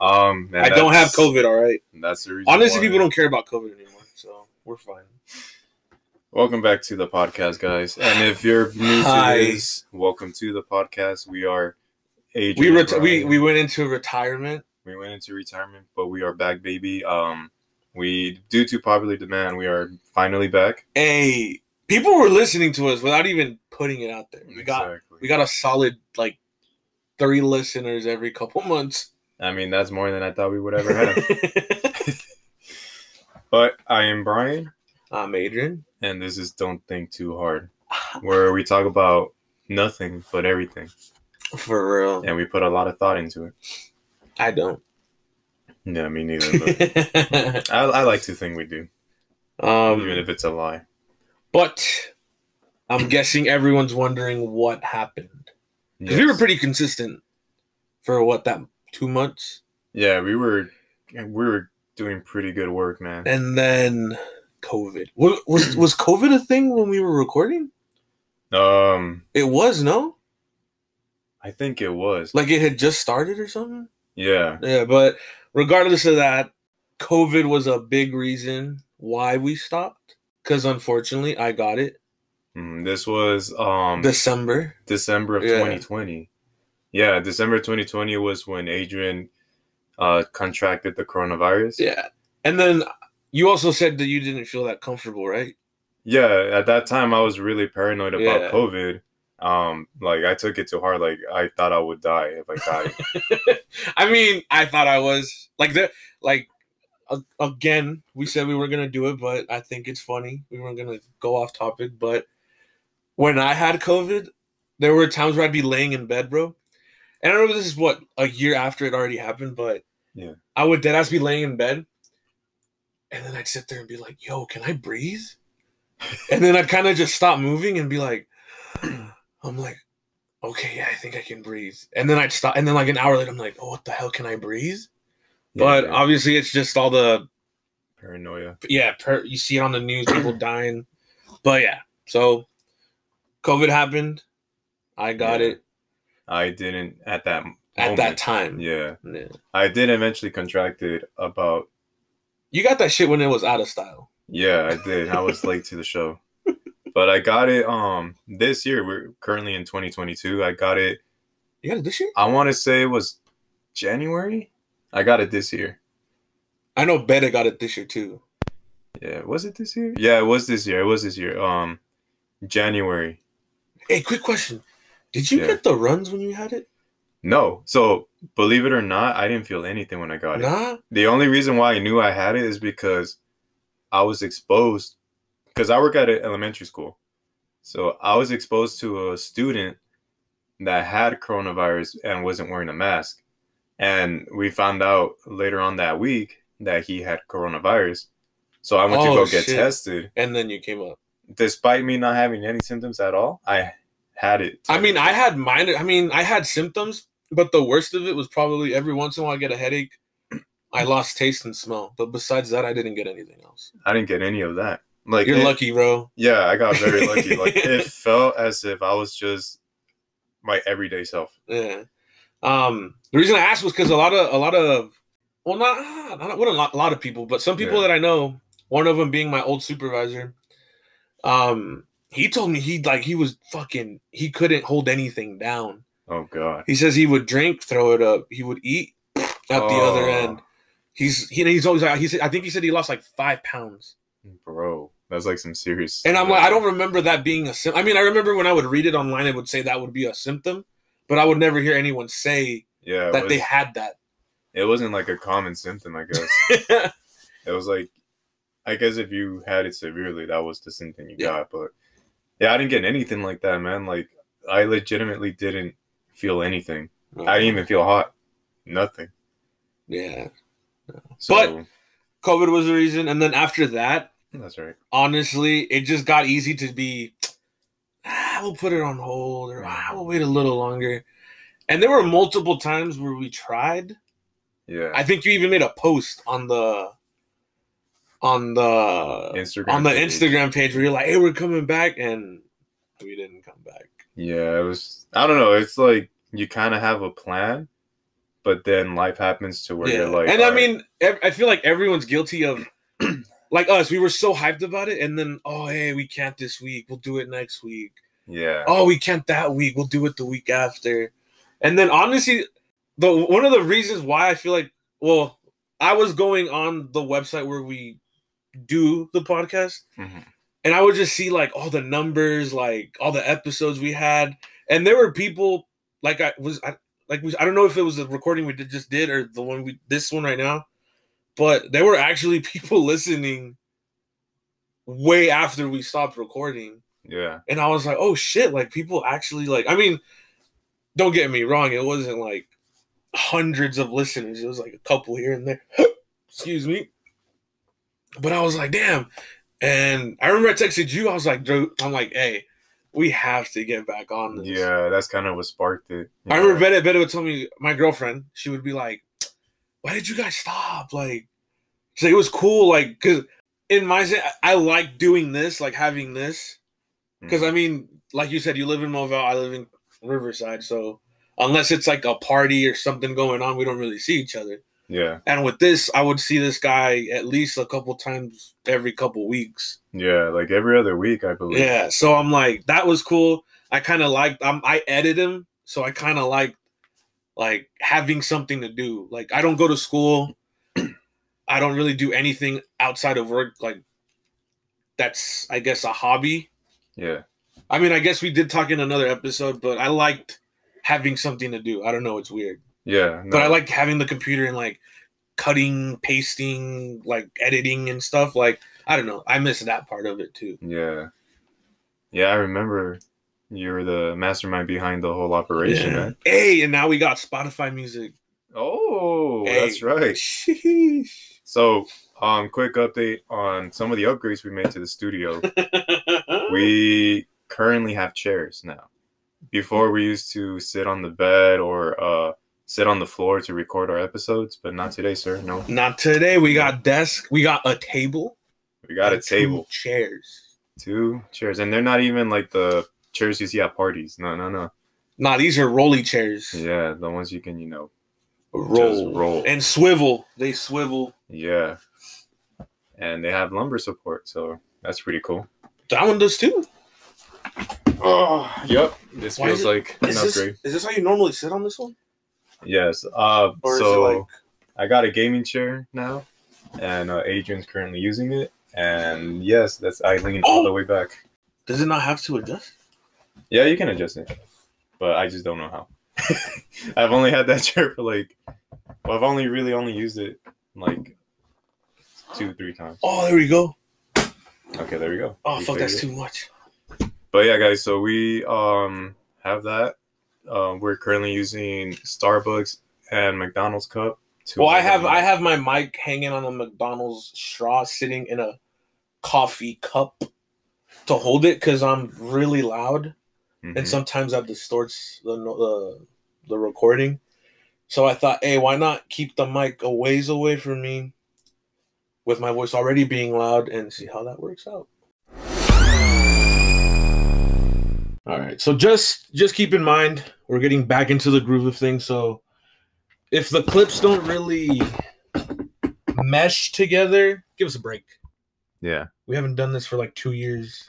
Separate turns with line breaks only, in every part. Um, and
I don't have
that's-
COVID. All right.
and That's the reason.
Honestly,
why.
people don't care about COVID anymore, so we're fine.
Welcome back to the podcast, guys. And if you're new
Hi.
to this, welcome to the podcast. We are Adrian.
We reti-
Ryan.
we we went into retirement.
we went into retirement, but we are back, baby. Um, we due to popular demand, we are finally back.
Hey, people were listening to us without even putting it out there. We got
exactly.
we got a solid like three listeners every couple months.
I mean, that's more than I thought we would ever have. but I am Brian,
I'm Adrian.
and this is Don't Think Too Hard, where we talk about nothing but everything,
For real,
and we put a lot of thought into it.
I don't.
Yeah, me neither. But I, I like to think we do, even
um,
if it's a lie.
but I'm guessing everyone's wondering what happened. 'Cause We
Yes.
were pretty consistent for what that two months,
Yeah, we were we were doing pretty good work, man.
and then COVID. Was was, was COVID a thing when we were recording?
Um,
It was no,
I think it was.
like it had just started or something.
Yeah,
Yeah, but regardless of that, COVID was a big reason why we stopped. Because unfortunately, I got it
Mm, this was um
December.
December of
Yeah.
2020. Yeah, December 2020 was when Adrian uh contracted the coronavirus.
Yeah, and then you also said that you didn't feel that comfortable, right?
Yeah, at that time I was really paranoid about
Yeah.
COVID. Um, like I took it to heart. Like I thought I would die if I died.
I mean, I thought I was like the like a- again. We said we were gonna do it, but I think it's funny we weren't gonna go off topic. But when I had COVID, there were times where I'd be laying in bed, bro. And I remember this is what a year after it already happened, but
Yeah.
I would dead ass be laying in bed, and then I'd sit there and be like, "Yo, can I breathe?" and then I'd kind of just stop moving and be like, "I'm like." okay, yeah, I think I can breathe. And then I'd stop, and then like an hour later, I'm like, oh, what the hell, can I breathe? but
Yeah,
obviously, it's just all the
paranoia.
yeah, per, you see it on the news, people dying. But yeah, so COVID happened. I got
Yeah,
it
I didn't at that
at that
moment.
time.
Yeah,
Yeah.
I did eventually contract it about
You got that shit when it was out of style.
Yeah, I did. I was late to the show. But I got it um this year. We're currently in 2022. I got it
You got it this year?
I want to say it was January. I got it this year.
I know Beta got it this year too.
Yeah, was it this year? Yeah, it was this year. It was this year. Um January.
Hey, quick question. Did you
Yeah.
get the runs when you had it?
No. So, believe it or not, I didn't feel anything when I got it.
Nah.
The only reason why I knew I had it is because I was exposed because I work at an elementary school. So I was exposed to a student that had coronavirus and wasn't wearing a mask. And we found out later on that week that he had coronavirus. So I went
Oh,
to go get
shit.
tested.
And then you came up.
Despite me not having any symptoms at all, I had it.
I mean, I had minor. I mean, I had symptoms, but the worst of it was probably every once in a while I get a headache. I
Mm-hmm.
lost taste and smell, but besides that, I didn't get anything else.
I didn't get any of that. Like
You're
it-
lucky, bro.
Yeah, I got very lucky. Like it felt as if I was just my everyday self.
Yeah. Um, the reason I asked was because a lot of a lot of well, not ah, not what a lot, lot of people, but some people
Yeah.
that I know. One of them being my old supervisor. Um, he told me he like he was fucking he couldn't hold anything down.
Oh God.
He says he would drink, throw it up. He would eat at the other
Oh,
end. He's he, he's always like he said I think he said he lost like five pounds,
bro. That's like some serious.
and I'm like I don't remember that being a symptom. I mean I remember when I would read it online, it would say that would be a symptom, but I would never hear anyone say
Yeah, it,
that
was,
they had that.
it wasn't like a common symptom. I guess it was like, I guess if you had it severely, that was the symptom you
Yeah.
got. But yeah, I didn't get anything like that, man. Like I legitimately didn't feel anything. I didn't even feel hot. Nothing.
yeah,
So,
COVID was the reason, and then after that,
that's right.
honestly, it just got easy to be. I will put it on hold, or I will wait a little longer. And there were multiple times where we tried.
Yeah.
I think you even made a post on the on the
Instagram.
on the
page.
Instagram page where you're like, "Hey, we're coming back," and we didn't come back.
Yeah, it was. I don't know. It's like you kind of have a plan, but then life happens to where
yeah.
you're like,
and I
"All right,
mean, ev- I feel like everyone's guilty of, like us, we were so hyped about it, and then oh hey, we can't this week, we'll do it next week.
yeah,
Oh, we can't that week, we'll do it the week after. And then honestly, the one of the reasons why I feel like, well, I was going on the website where we do the podcast,
Mhm.
and I would just see like all the numbers, like all the episodes we had, and there were people like I was I, like we, I don't know if it was the recording we did, just did or the one we this one right now, but there were actually people listening way after we stopped recording,
yeah,
and I was like, oh shit, like people actually like I mean, don't get me wrong, it wasn't like hundreds of listeners, it was like a couple here and there. Excuse me, but I was like, damn. And I remember I texted you. I was like, dude, I'm like, hey, we have to get back on this.
yeah. That's kind of what sparked it.
I
Yeah.
remember Betta, Betta would tell me, my girlfriend, she would be like, why did you guys stop? Like, she's like, it was cool. Like, cause in my, se- I I like doing this, like having this. Cause I mean, like you said, you live in Mobile, I live in Riverside. So unless it's like a party or something going on, we don't really see each other.
yeah,
And with this, I would see this guy at least a couple times every couple weeks.
yeah, like every other week, I believe.
Yeah, so I'm like, that was cool. I kind of liked. Um, I edit him, so I kind of like, like having something to do. Like I don't go to school. I don't really do anything outside of work. Like that's, I guess, a hobby.
yeah,
I mean, I guess we did talk in another episode, but I liked having something to do. I don't know, it's weird,
yeah.
but I
no,
liked having the computer and like cutting, pasting, like editing and stuff. Like I don't know, I miss that part of it too.
Yeah. Yeah, I remember you were the mastermind behind the whole operation, man.
Hey, and now we got Spotify music.
Oh, that's
Hey.
right.
Sheesh.
So, um, quick update on some of the upgrades we made to the studio. we currently have chairs now. Before we used to sit on the bed or uh sit on the floor to record our episodes, but not today, sir. No.
Not today. We got desk. We got a table.
We got a
and two
table.
chairs.
Two chairs. And they're not even like the chairs you see at parties. No, no, no.
Nah, these are rolly chairs.
Yeah, the ones you can, you know,
roll,
just roll.
and swivel. They swivel.
Yeah. And they have lumber support, so that's pretty cool.
That one does too.
Oh, yep. This
Why
feels
is it-
like an
Is this,
upgrade.
is this how you normally sit on this one?
Yes. Uh,
Or is it
so
like-
I got a gaming chair now, and uh, Adrian's currently using it. And yes, that's I lean all the way back.
Does it not have to adjust?
Yeah, you can adjust it, but I just don't know how. I've only had that chair for like, well, I've only really only used it like two, three times.
Oh, there we go.
Okay, there we go.
Oh
We
fuck,
figured it.
that's too much.
But yeah, guys, so we um have that. Um, we're currently using Starbucks and McDonald's cup. To
Well, I have I have my mic hanging on a McDonald's straw, sitting in a coffee cup to hold it because I'm really loud.
Mhm.
and sometimes that distorts the no- the the recording. So I thought, hey, why not keep the mic a ways away from me, with my voice already being loud, and see how that works out. All right. So just just keep in mind, we're getting back into the groove of things. So if the clips don't really mesh together, give us a break.
yeah,
We haven't done this for like two years,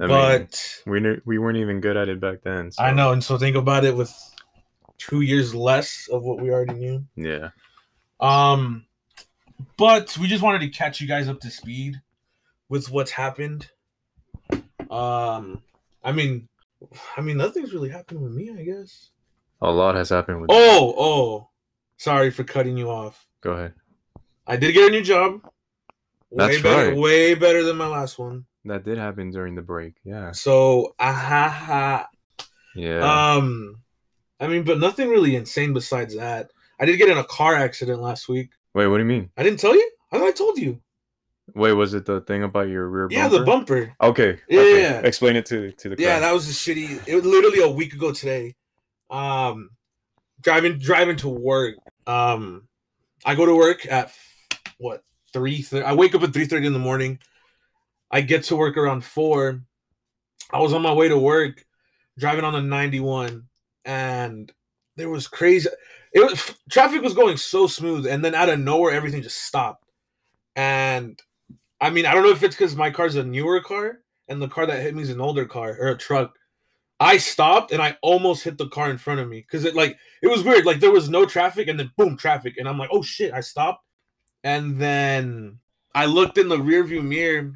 I
but.
mean, we knew, we weren't even good at it back then. So,
I know, and so think about it with two years less of what we already knew.
Yeah,
Um, but we just wanted to catch you guys up to speed with what's happened. Um, I mean, I mean, nothing's really happened with me, I guess.
a lot has happened with.
Oh, oh, sorry for cutting you off.
go ahead.
I did get a new job. way
That's
better,
right.
way better than my last one.
That did happen during the break. Yeah,
So, ah, ahaha.
yeah.
Um, I mean, but nothing really insane besides that. I did get in a car accident last week.
Wait, what do you mean?
I didn't tell you. I thought I told you.
Wait, was it the thing about your rear?
Yeah, the bumper.
Okay.
Yeah,
okay.
yeah.
Explain it to to the crowd.
Yeah, that was a shitty. It was literally a week ago today. Um, driving driving to work. Um, I go to work at what three? Th- I wake up at three thirty in the morning. I get to work around four. I was on my way to work, driving on the ninety one, and there was crazy. it was traffic was going so smooth, and then out of nowhere, everything just stopped. And I mean, I don't know if it's because my car's a newer car, and the car that hit me is an older car or a truck. I stopped and I almost hit the car in front of me because it like it was weird. Like there was no traffic, and then boom, traffic, and I'm like, oh shit, I stopped. And then I looked in the rearview mirror,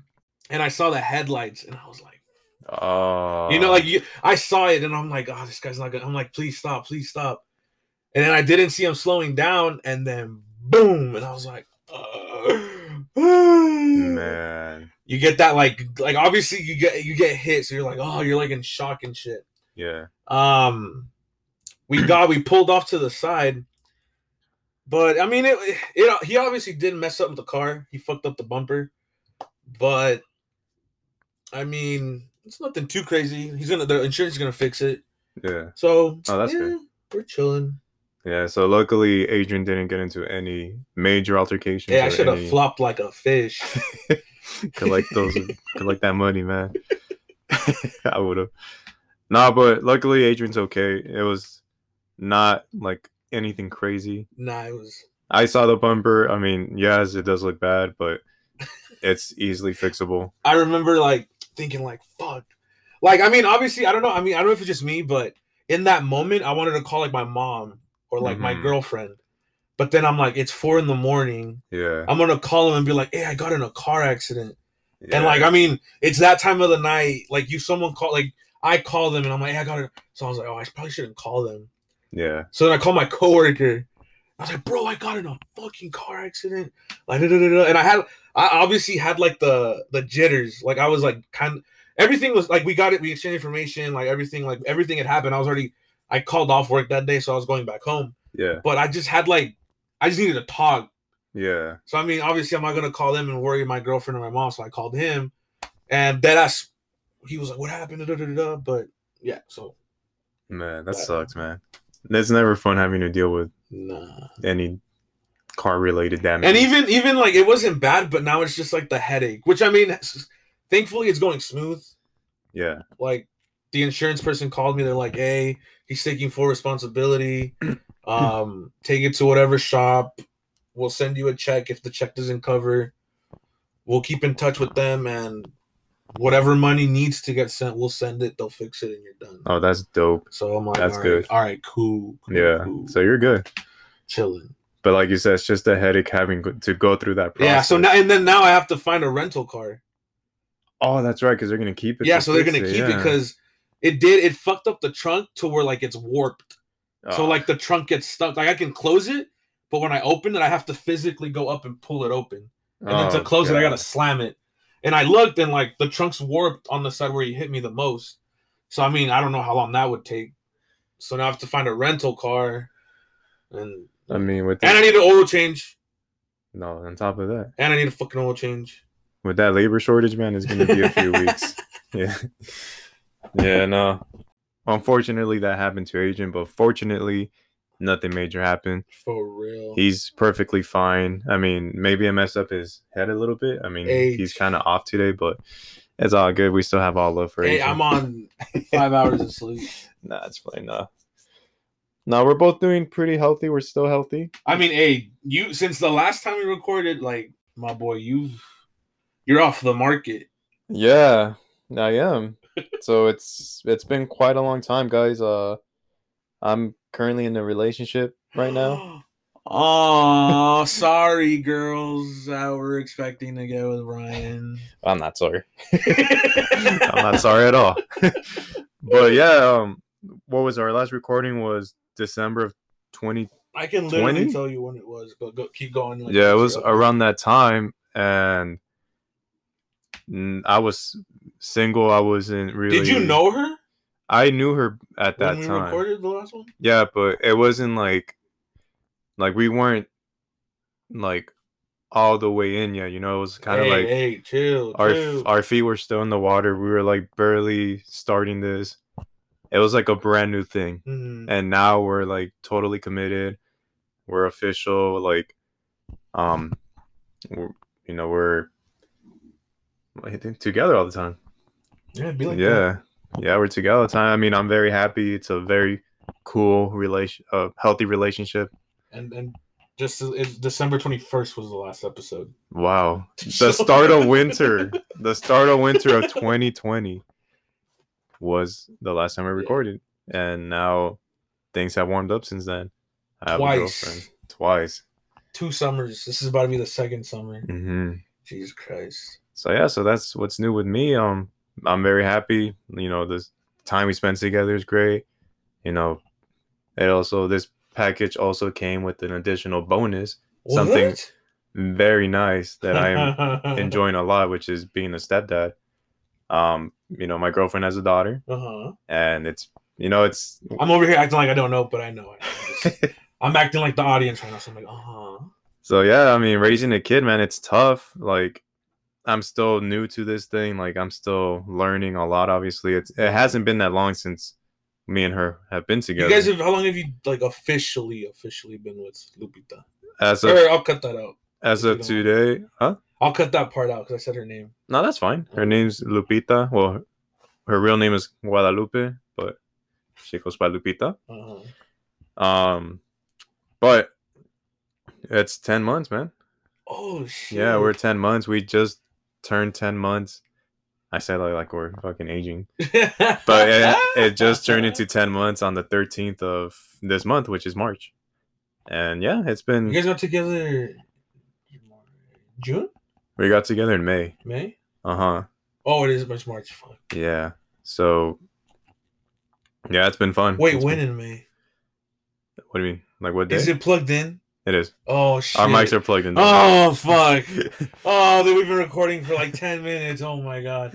and I saw the headlights, and I was like.
Oh.
You know, like you, I saw it and I'm like, oh, this guy's not good. I'm like, please stop, please stop. And then I didn't see him slowing down, and then boom, and I was like, uh,
man.
you get that like, like obviously you get you get hit, so you're like, oh, you're like in shock and shit.
Yeah.
Um,
Hmm.
we got we pulled off to the side, but I mean, it, it he obviously did mess up with the car. He fucked up the bumper, but I mean, it's nothing too crazy. He's gonna the insurance is gonna fix it.
Yeah.
So
Oh, that's
yeah,
good.
We're chilling.
Yeah. So luckily, Adrian didn't get into any major altercations.
Hey, I
or
should have
any-
flopped like a fish.
collect those collect that money man i would have nah but luckily adrian's okay it was not like anything crazy
nah, it was.
i saw the bumper i mean yes it does look bad but it's easily fixable
I remember like thinking like fuck. Like I mean, obviously I don't know. I mean I don't know if it's just me, but in that moment I wanted to call like my mom or like my
Mhm.
girlfriend. But then I'm like, it's four in the morning.
yeah,
I'm gonna call him and be like, "Hey, I got in a car accident."
yeah.
And like, I mean, it's that time of the night. Like, you someone call, like, I call them and I'm like, "Hey, I got it." So I was like, "Oh, I probably shouldn't call them."
yeah
So then I called my coworker. I was like, bro, I got in a fucking car accident. Like, da, da, da, da. and I had, I obviously had like the the jitters. Like I was like kind of everything was like we got it. We exchanged information. Like everything, like everything had happened. I was already, I called off work that day, so I was going back home.
yeah
But I just had like, I just needed to talk.
yeah
So I mean, obviously, I'm not gonna call them and worry my girlfriend or my mom. So I called him, and then I, s- he was like, what happened? Da, da, da, da. But yeah, so
man that
Yeah.
sucks man it's never fun having to deal with
nah.
any car related damage
and even even like it wasn't bad but now it's just like the headache which i mean s- thankfully it's going smooth
yeah
like the insurance person called me they're like hey he's taking full responsibility um take it to whatever shop we'll send you a check if the check doesn't cover we'll keep in touch with them and whatever money needs to get sent we'll send it they'll fix it and you're done
oh that's dope
so i'm like
that's
all right,
good.
all right cool, cool,
yeah
cool.
so you're good
chilling
but like you said it's just a headache having go- to go through that process
yeah so now and then now i have to find a rental car
Oh, that's right, because they're gonna keep it.
yeah,
to
so they're
fix
gonna keep it
yeah.
because it did it fucked up the trunk to where like it's warped. So
Oh,
like the trunk gets stuck. Like I can close it, but when I open it, I have to physically go up and pull it open. And then to
oh,
close it, I
God.
gotta slam it. And I looked and like the trunk's warped on the side where you hit me the most. So I mean, I don't know how long that would take. So now I have to find a rental car, and
I mean, with
and I
that,
need an oil change,
no, on top of that,
and I need a fucking oil change.
with that labor shortage, man, it's gonna be a few weeks. Yeah, yeah, no. Unfortunately, that happened to Adrian, but fortunately, nothing major happened.
For real.
He's perfectly fine. I mean, maybe I messed up his head a little bit. I mean,
Age.
he's kind of off today, but it's all good. We still have all love for
hey,
Adrian.
I'm on five hours of sleep.
nah, it's fine. Nah. No, we're both doing pretty healthy. We're still healthy.
I mean, hey, you since the last time we recorded, like my boy, you've you're off the market.
Yeah, I am. so it's it's been quite a long time, guys. Uh, I'm currently in a relationship right now.
Oh, sorry, girls. Uh, we're expecting to go with Ryan.
I'm not sorry. I'm not sorry at all. but yeah, um, what was our last recording was December of 20.
I can literally
20?
tell you when it was, but go, keep going. like,
Yeah, it
what's
was
up?
around that time, and mm, I was single. I wasn't really.
Did you know her
I knew her at that
when we
time.
recorded the last one?
Yeah, but it wasn't like like we weren't like all the way in yet, you know, it was kind of
hey,
like
hey, chill,
our
chill.
our feet were still in the water. We were like barely starting this. It was like a brand new thing.
Mhm.
And now we're like totally committed. We're official like um we're, you know, we're I think, together all the time
yeah, be like that.
yeah yeah we're together all the time i mean i'm very happy it's a very cool relation, uh, healthy relationship.
and and just it, December twenty first was the last episode.
Wow, the start of winter, the start of winter of 2020 was the last time I recorded, and now things have warmed up since then. I have a
Twice.
girlfriend twice.
Two summers. This is about to be the second summer.
hmm
Jesus Christ.
so yeah so that's what's new with me um i'm very happy you know this time we spent together is great you know it also this package also came with an additional bonus Something
What?
very nice that i'm enjoying a lot which is being a stepdad um you know my girlfriend has a daughter
Uh-huh.
and it's you know it's
I'm over here acting like I don't know, but I know it. I'm acting like the audience right now. So I'm like, uh huh.
So yeah, I mean, raising a kid, man, it's tough. Like, I'm still new to this thing. Like, I'm still learning a lot. Obviously, it's it hasn't been that long since me and her have been
You
together.
guys have how long have you like officially officially been with Lupita?
as of
Or I'll cut that out.
as
you
of
don't-
today, huh?
I'll cut that part out because I said her name.
No, that's fine. Her name's Lupita. Well, her, her real name is Guadalupe, but she goes by Lupita.
Uh-huh.
Um, but it's ten months, man.
Oh shit.
Yeah, we're ten months. We just turned ten months. I said like like we're fucking aging. but it, it just turned into 10 months on the 13th of this month which is march and yeah it's
You
been
guys got together June?
we got together in may
May?
uh-huh
Oh, it is much March. Fuck.
yeah so yeah it's been fun
Wait,
It's
when
been-
in May?
what do you mean like what day
Is it plugged in?
it is
Oh shit.
our mics are plugged in
Oh fuck. Oh, that we've been recording for like ten minutes. Oh my god.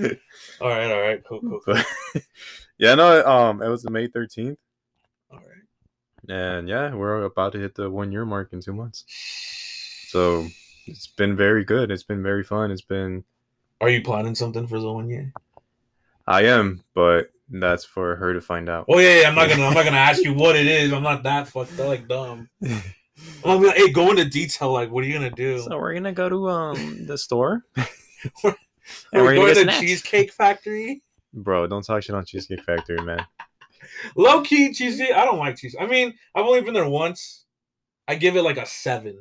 All right, all right, cool, cool, cool.
But- yeah no um it was may 13th
All right.
and yeah we're about to hit the one year mark in two months so it's been very good it's been very fun it's been
Are you planning something for the one year?
i am but that's for her to find out
Oh yeah, yeah. I'm not gonna. I'm not gonna ask you what it is. I'm not that fucked. up, like dumb.
so
I'm gonna be like, hey, go into detail. Like, what are you gonna do?
we're gonna go to um the store
Are we
we're gonna
going
get
to
snacks.
Cheesecake Factory?
bro don't talk shit on cheesecake factory man
Low key cheesecake. I don't like cheese. I mean, I've only been there once. I give it like a seven.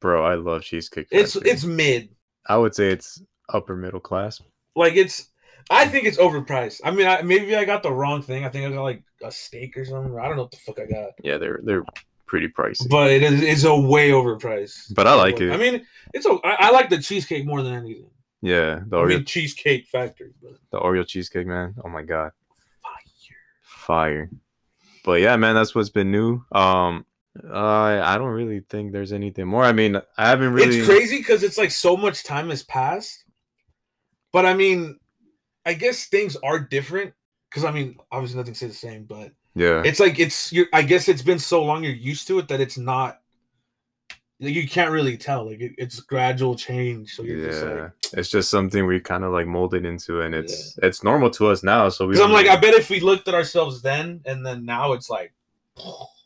bro i love cheesecake factory.
It's it's mid.
i would say it's upper middle class
Like it's. I think it's overpriced. I mean, I, maybe I got the wrong thing. I think I got like a steak or something. I don't know what the fuck I got.
yeah they're they're pretty pricey but,
But it is it's a way overpriced.
i like it
I mean, it's a, I, I like the cheesecake more than anything.
yeah the
I
oreo
mean, Cheesecake Factory. But
the oreo cheesecake man oh my god
fire.
fire but yeah man that's what's been new um i i don't really think there's anything more i mean i haven't really
It's crazy because it's like so much time has passed. But I mean, I guess things are different. Because I mean, obviously nothing stays the same, but
yeah
it's like it's. You're, I guess it's been so long you're used to it that it's not. Like, you can't really tell. Like it, it's gradual change. So you're just
yeah
like.
it's just something we kind of like molded into and it's it's normal to us now so we
Because I'm
don't
like, I
really-
bet if we looked at ourselves then and then now, it's like.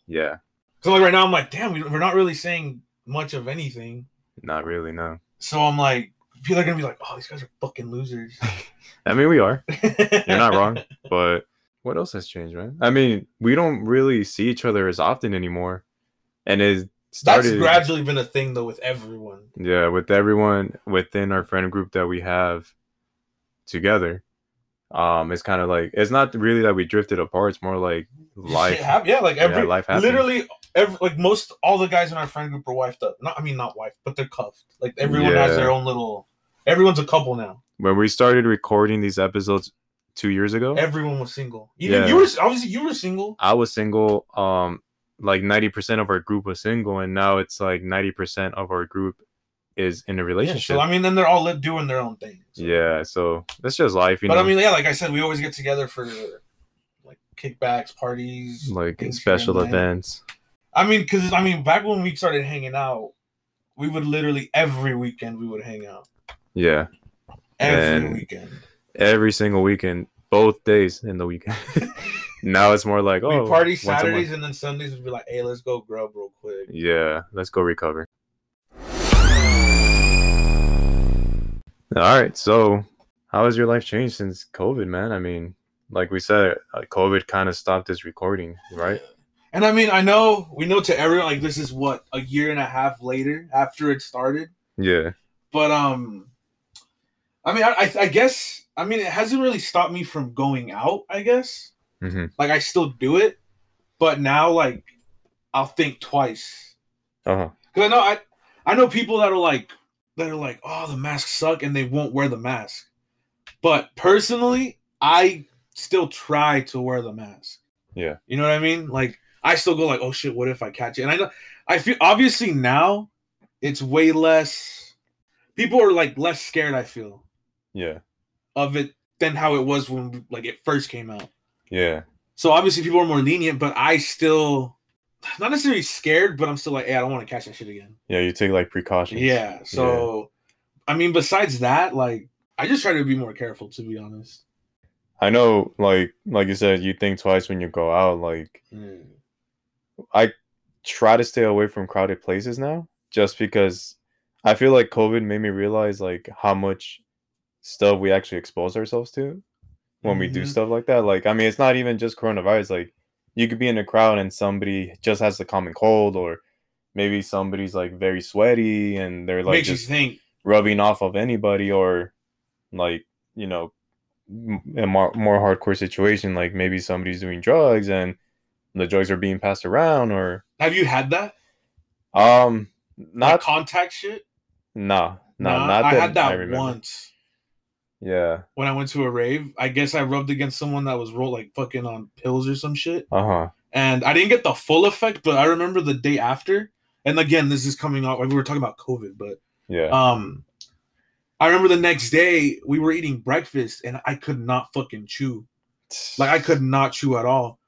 yeah
Because like right now, I'm like, damn, we- we're not really saying much of anything.
Not really, no.
So I'm like, people are gonna be like, oh, these guys are fucking losers.
I mean, we are.
You're
You're not wrong. But what else has changed, man? I mean, we don't really see each other as often anymore, and it
That's
started.
gradually been a thing though with everyone.
yeah, with everyone within our friend group that we have together, um, it's kind of like it's not really that we drifted apart. It's more like
Shit
life.
hap- yeah, like
Yeah,
every
life happens.
literally every like most all the guys in our friend group are wifed up. Not I mean not wifed, but they're cuffed. Like everyone has
Yeah.
their own little. Everyone's a couple now.
When we started recording these episodes two years ago,
Everyone was single. Even
Oh. Yeah. Uh,
you were obviously you were single.
I was single. Um, like ninety percent of our group was single, and now it's like ninety percent of our group is in a
Yeah,
relationship.
so I mean, then they're all li- doing their own thing. So-
Yeah, so that's just life, you
But
know.
I mean, yeah, like I said, we always get together for like kickbacks, parties.
like
things here
special
and there.
events.
I mean, because I mean, back when we started hanging out, we would literally every weekend we would hang out
Yeah,
every
And-
weekend.
every single weekend, both days in the weekend. now it's more like oh,
we party
once a month.
Saturdays and then Sundays would be like, hey, let's go grub real quick.
Yeah, let's go recover. All right, so how has your life changed since COVID, man? I mean, like we said, uh, COVID kind of stopped this recording, right?
And I mean, I know we know to everyone like this is what a year and a half later after it started,
Yeah.
but um, I mean, I, I, I guess I mean it hasn't really stopped me from going out. I guess
Mhm.
like I still do it, but now like I'll think twice
Uh huh.
because I know I I know people that are like that are like, oh, the masks suck, and they won't wear the mask. But personally, I still try to wear the mask.
Yeah.
you know what I mean. Like I still go like, oh shit, what if I catch it? And I know I feel obviously now it's way less. People are like less scared. I feel
Yeah.
of it than how it was when like it first came out.
Yeah.
So obviously people are more lenient, but I still not necessarily scared, but I'm still like, yeah, I don't want to catch that shit again.
Yeah. You take like precautions.
Yeah. So, I mean, besides that, like, I just try to be more careful, to be honest.
I know, like, like you said, you think twice when you go out. Like, try to stay away from crowded places now, just because I feel like COVID made me realize like how much stuff we actually expose ourselves to when we do
Mhm.
stuff like that. Like, I mean, it's not even just coronavirus. Like, you could be in a crowd and somebody just has the common cold, or maybe somebody's like very sweaty and they're like
Makes
just
you think.
rubbing off of anybody or like you know m- a more, more hardcore situation like maybe somebody's doing drugs and the drugs are being passed around or
Have you had that?
um
Like,
not
contact shit?
nah nah,
Nah,
not
I
that
had that
remember.
once
yeah
when I went to a rave. I guess I rubbed against someone that was rolled like fucking on pills or some shit.
uh-huh
And I didn't get the full effect, but I remember the day after. And again, this is coming off like we were talking about COVID, but
yeah
um I remember the next day we were eating breakfast and I could not fucking chew. Like I could not chew at all.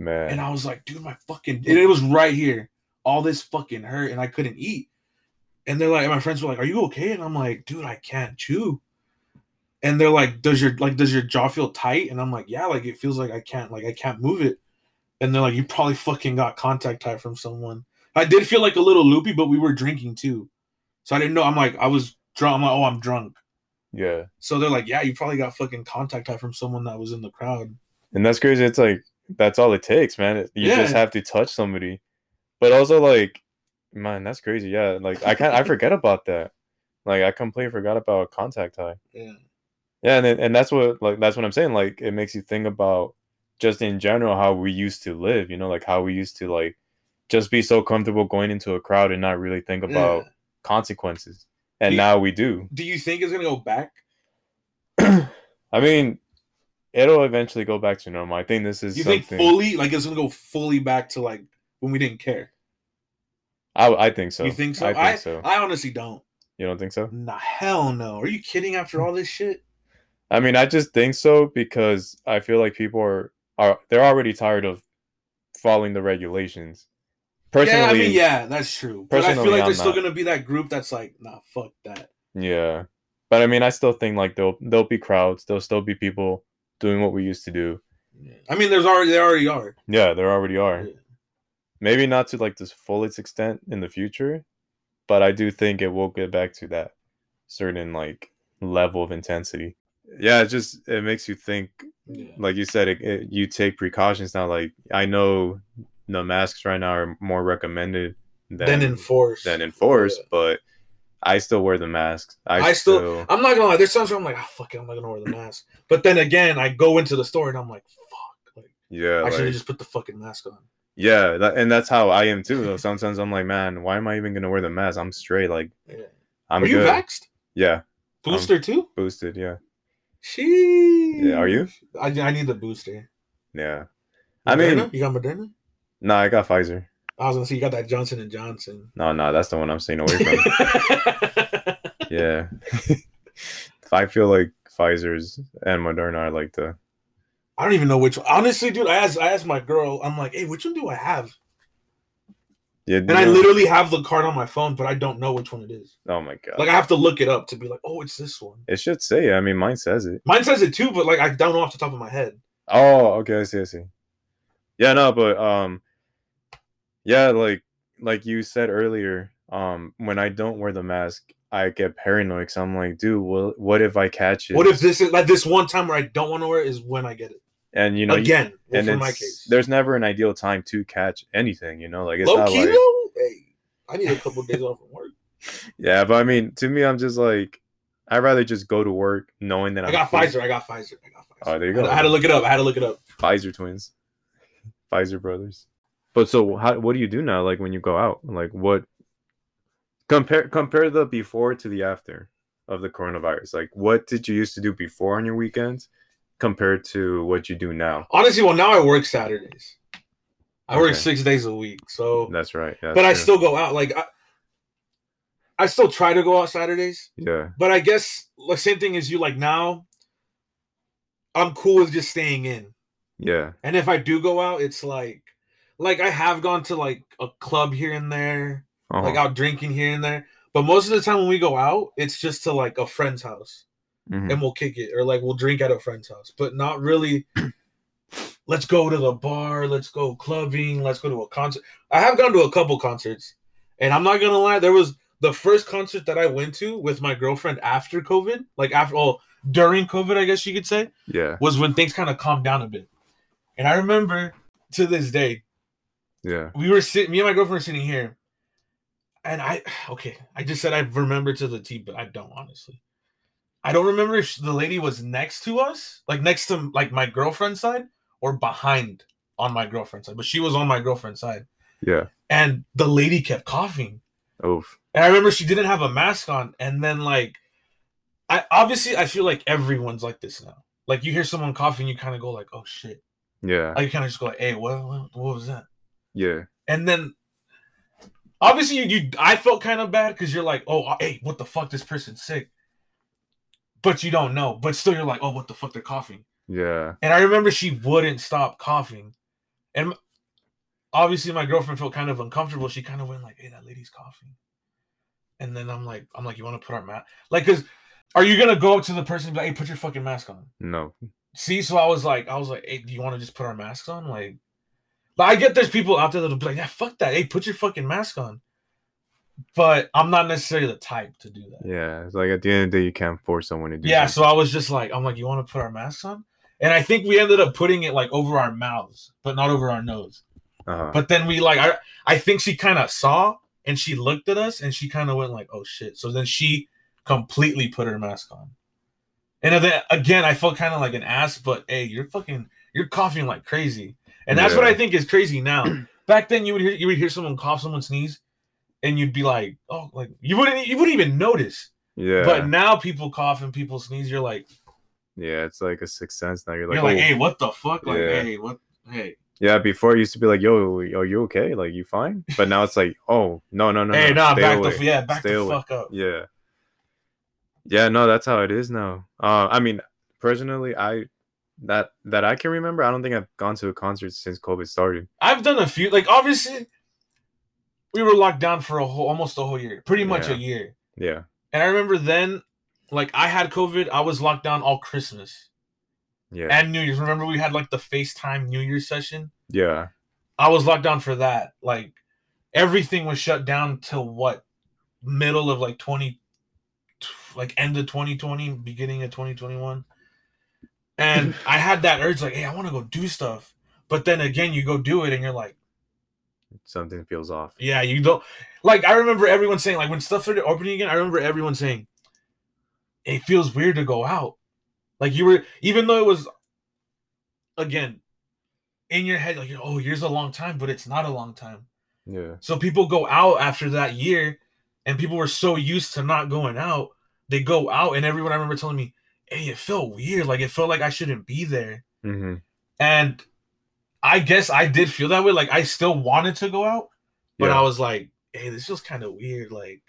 man
And I was like, dude, my fucking and it was right here. All this fucking hurt and I couldn't eat. And they're like, and my friends were like, Are you okay? And I'm like, dude, I can't chew. And they're like, Does your like does your jaw feel tight? And I'm like, Yeah, like it feels like I can't, like I can't move it. And they're like, You probably fucking got contact tie from someone. I did feel like a little loopy, but we were drinking too. So I didn't know. I'm like, I was drunk. I'm like, oh, I'm drunk.
yeah
So they're like, Yeah, you probably got fucking contact tie from someone that was in the crowd.
and that's crazy it's like that's all it takes man It- you just
Yeah.
have to touch somebody but also like man that's crazy yeah like i can't i forget about that like i completely forgot about contact high
Yeah.
Yeah, and then- and that's what like that's what I'm saying. Like it makes you think about just in general how we used to live, you know, like how we used to like just be so comfortable going into a crowd and not really think
Yeah.
about consequences. And
Ye-
now we do.
Do you think it's gonna go back?
I mean, it'll eventually go back to normal. I think this is
You
something
think fully, like it's gonna go fully back to like when we didn't care?
I I think so.
you think so?
I think so.
I honestly don't.
You don't think so?
Nah, hell no. Are you kidding? After all this shit,
I mean, I just think so because I feel like people are are they're already tired of following the regulations. Personally,
yeah. I mean, yeah, that's true. But I feel
personally,
like
I'm
there's still
not.
gonna be that group that's like, nah, fuck that.
Yeah. But I mean, I still think like there'll there'll be crowds, there'll still be people doing what we used to do.
I mean, there's already they already are.
Yeah, there already are.
Yeah.
Maybe not to like this fullest extent in the future, but I do think it will get back to that certain like level of intensity. Yeah, it just it makes you think
Yeah.
like you said it, it, you take precautions now like I know the masks right now are more recommended than
Then enforce.
than enforced,
Yeah.
but I still wear the masks. I,
I still-
still
I'm not gonna lie. There's times where I'm like, ah, fuck it, I'm not gonna wear the mask. But then again, I go into the store and I'm like, fuck, like
yeah,
I should
like-
have just put the fucking mask on.
Yeah, that, and that's how I am too. Though sometimes I'm like, man, why am I even gonna wear the mask? I'm straight. Like
Yeah.
I'm
are you
good.
vaxxed?
Yeah,
Booster too?
boosted. Yeah,
She.
yeah. Are you?
I, I need the booster.
Yeah. I mean,
Moderna? you got Moderna.
no, I got Pfizer.
I was gonna say you got that Johnson and Johnson.
No, no, that's the one I'm staying away from. yeah. I feel like Pfizer's and Moderna are like the
I don't even know which. one. Honestly, dude, I asked I asked my girl. I'm like, hey, which one do I have?
yeah.
And I literally have the card on my phone, but I don't know which one it is.
oh my god,
Like I have to look it up to be like, oh, it's this one.
it should say. I mean, mine says it.
Mine says it too, but like I don't know off the top of my head.
Oh, okay, I see, I see. Yeah, no, but um yeah, like like you said earlier, um when I don't wear the mask, I get paranoid cuz I'm like, dude, well, what if I catch it?
What if this is like this one time where I don't want to wear it is when I get it?
And you know, you-
Again, well,
and
for my
it's-
case,
there's never an ideal time to catch anything. You know, like it's
low
not
key
like
though. Hey, I need a couple days off from work.
yeah. But I mean, to me, I'm just like I'd rather just go to work knowing that
I
I'm
got
cool.
Pfizer. I got Pfizer. I got Pfizer.
Oh, there you
I had-
go.
I had to look it up. I had to look it up.
Pfizer twins, Pfizer brothers. But so, how, what do you do now? Like when you go out, like what compare compare the before to the after of the coronavirus. Like what did you used to do before on your weekends compared to what you do now?
Honestly, well, now I work Saturdays. I work
Okay.
six days a week. So,
That's right. yeah,
but I
true.
still go out. Like, I, I still try to go out Saturdays.
yeah,
But I guess the same thing as you. Like now, I'm cool with just staying in.
yeah,
And if I do go out, it's like, like I have gone to like a club here and there,
uh-huh.
like out drinking here and there. But most of the time when we go out, it's just to like a friend's house.
Mhm.
and we'll kick it or like we'll drink at a friend's house, but not really. let's go to the bar. Let's go clubbing. Let's go to a concert. I have gone to a couple concerts, and I'm not gonna lie. There was the first concert that I went to with my girlfriend after COVID, like after well during COVID, I guess you could say,
yeah,
was when things kind of calmed down a bit. And I remember to this day,
yeah.
we were sitting. Me and my girlfriend were sitting here, and I okay. I just said I remember to the T, but I don't honestly. I don't remember if the lady was next to us, like next to like my girlfriend's side, or behind on my girlfriend's side. But she was on my girlfriend's side,
Yeah.
and the lady kept coughing.
Oof.
And I remember she didn't have a mask on, and then like, I obviously I feel like everyone's like this now. Like you hear someone coughing, you kind of go like, "Oh shit!"
Yeah.
Like you kind of just go like, "Hey, what, what, what was that?"
yeah.
and then obviously you, you I felt kind of bad because you're like, oh, uh, hey, what the fuck, this person's sick, but you don't know, but still you're like, oh, what the fuck, they're coughing,
Yeah.
and I remember she wouldn't stop coughing, and m- obviously my girlfriend felt kind of uncomfortable. She kind of went like, hey, that lady's coughing, and then I'm like, I'm like, you want to put our mask, like, cause are you gonna go up to the person and be like, hey, put your fucking mask on?
No.
See, so I was like, I was like, hey, do you want to just put our masks on? Like, but I get there's people out there that'll be like, yeah, fuck that. Hey, put your fucking mask on. But I'm not necessarily the type to do that.
Yeah. It's like at the end of the day, you can't force someone to do.
Yeah,
something.
so I was just like, I'm like, you want to put our masks on? And I think we ended up putting it like over our mouths, but not over our nose.
Uh-huh.
But then we like, I, I think she kind of saw and she looked at us and she kind of went like, oh shit. So then she completely put her mask on. And then again, I felt kind of like an ass, but hey, you're fucking, you're coughing like crazy. And that's what
Yeah.
I think is crazy now. Back then, you would hear you would hear someone cough, someone sneeze, and you'd be like, "Oh, like you wouldn't you wouldn't even notice."
yeah.
But now people cough and people sneeze. You're like,
yeah. It's like a sixth sense now. You're like,
you're like,
oh,
"Hey, what the fuck? Like,
Yeah.
hey, what? Hey,
Yeah, before it used to be like, "Yo, are you okay? Like, you fine?" But now it's like, "Oh, no, no, no,
hey,
no,
nah,
stay
back
away.
the yeah, back
Stay
the
away.
fuck up."
yeah, yeah." No, that's how it is now. Uh, I mean, personally, I that that I can remember, I don't think I've gone to a concert since COVID started.
I've done a few. Like obviously, we were locked down for a whole almost a whole year, pretty much
Yeah.
a year.
Yeah,
And I remember then, like I had COVID. I was locked down all Christmas
yeah,
and New Year's. Remember we had like the FaceTime New Year's session.
yeah,
I was locked down for that. Like everything was shut down till what middle of like twenty, like end of twenty twenty, beginning of twenty twenty one. And I had that urge, like, hey, I want to go do stuff. But then again, you go do it, and you're like.
something feels off.
Yeah, you don't like I remember everyone saying like when stuff started opening again, I remember everyone saying it feels weird to go out. Like you were even though it was again in your head like oh, here's a long time, but it's not a long time.
Yeah,
So people go out after that year and people were so used to not going out, they go out and everyone I remember telling me, "Hey, it felt weird. Like it felt like I shouldn't be there."
mm-hmm.
And I guess I did feel that way. Like I still wanted to go out, but
yeah.
I was like, hey, this feels kind of weird. Like,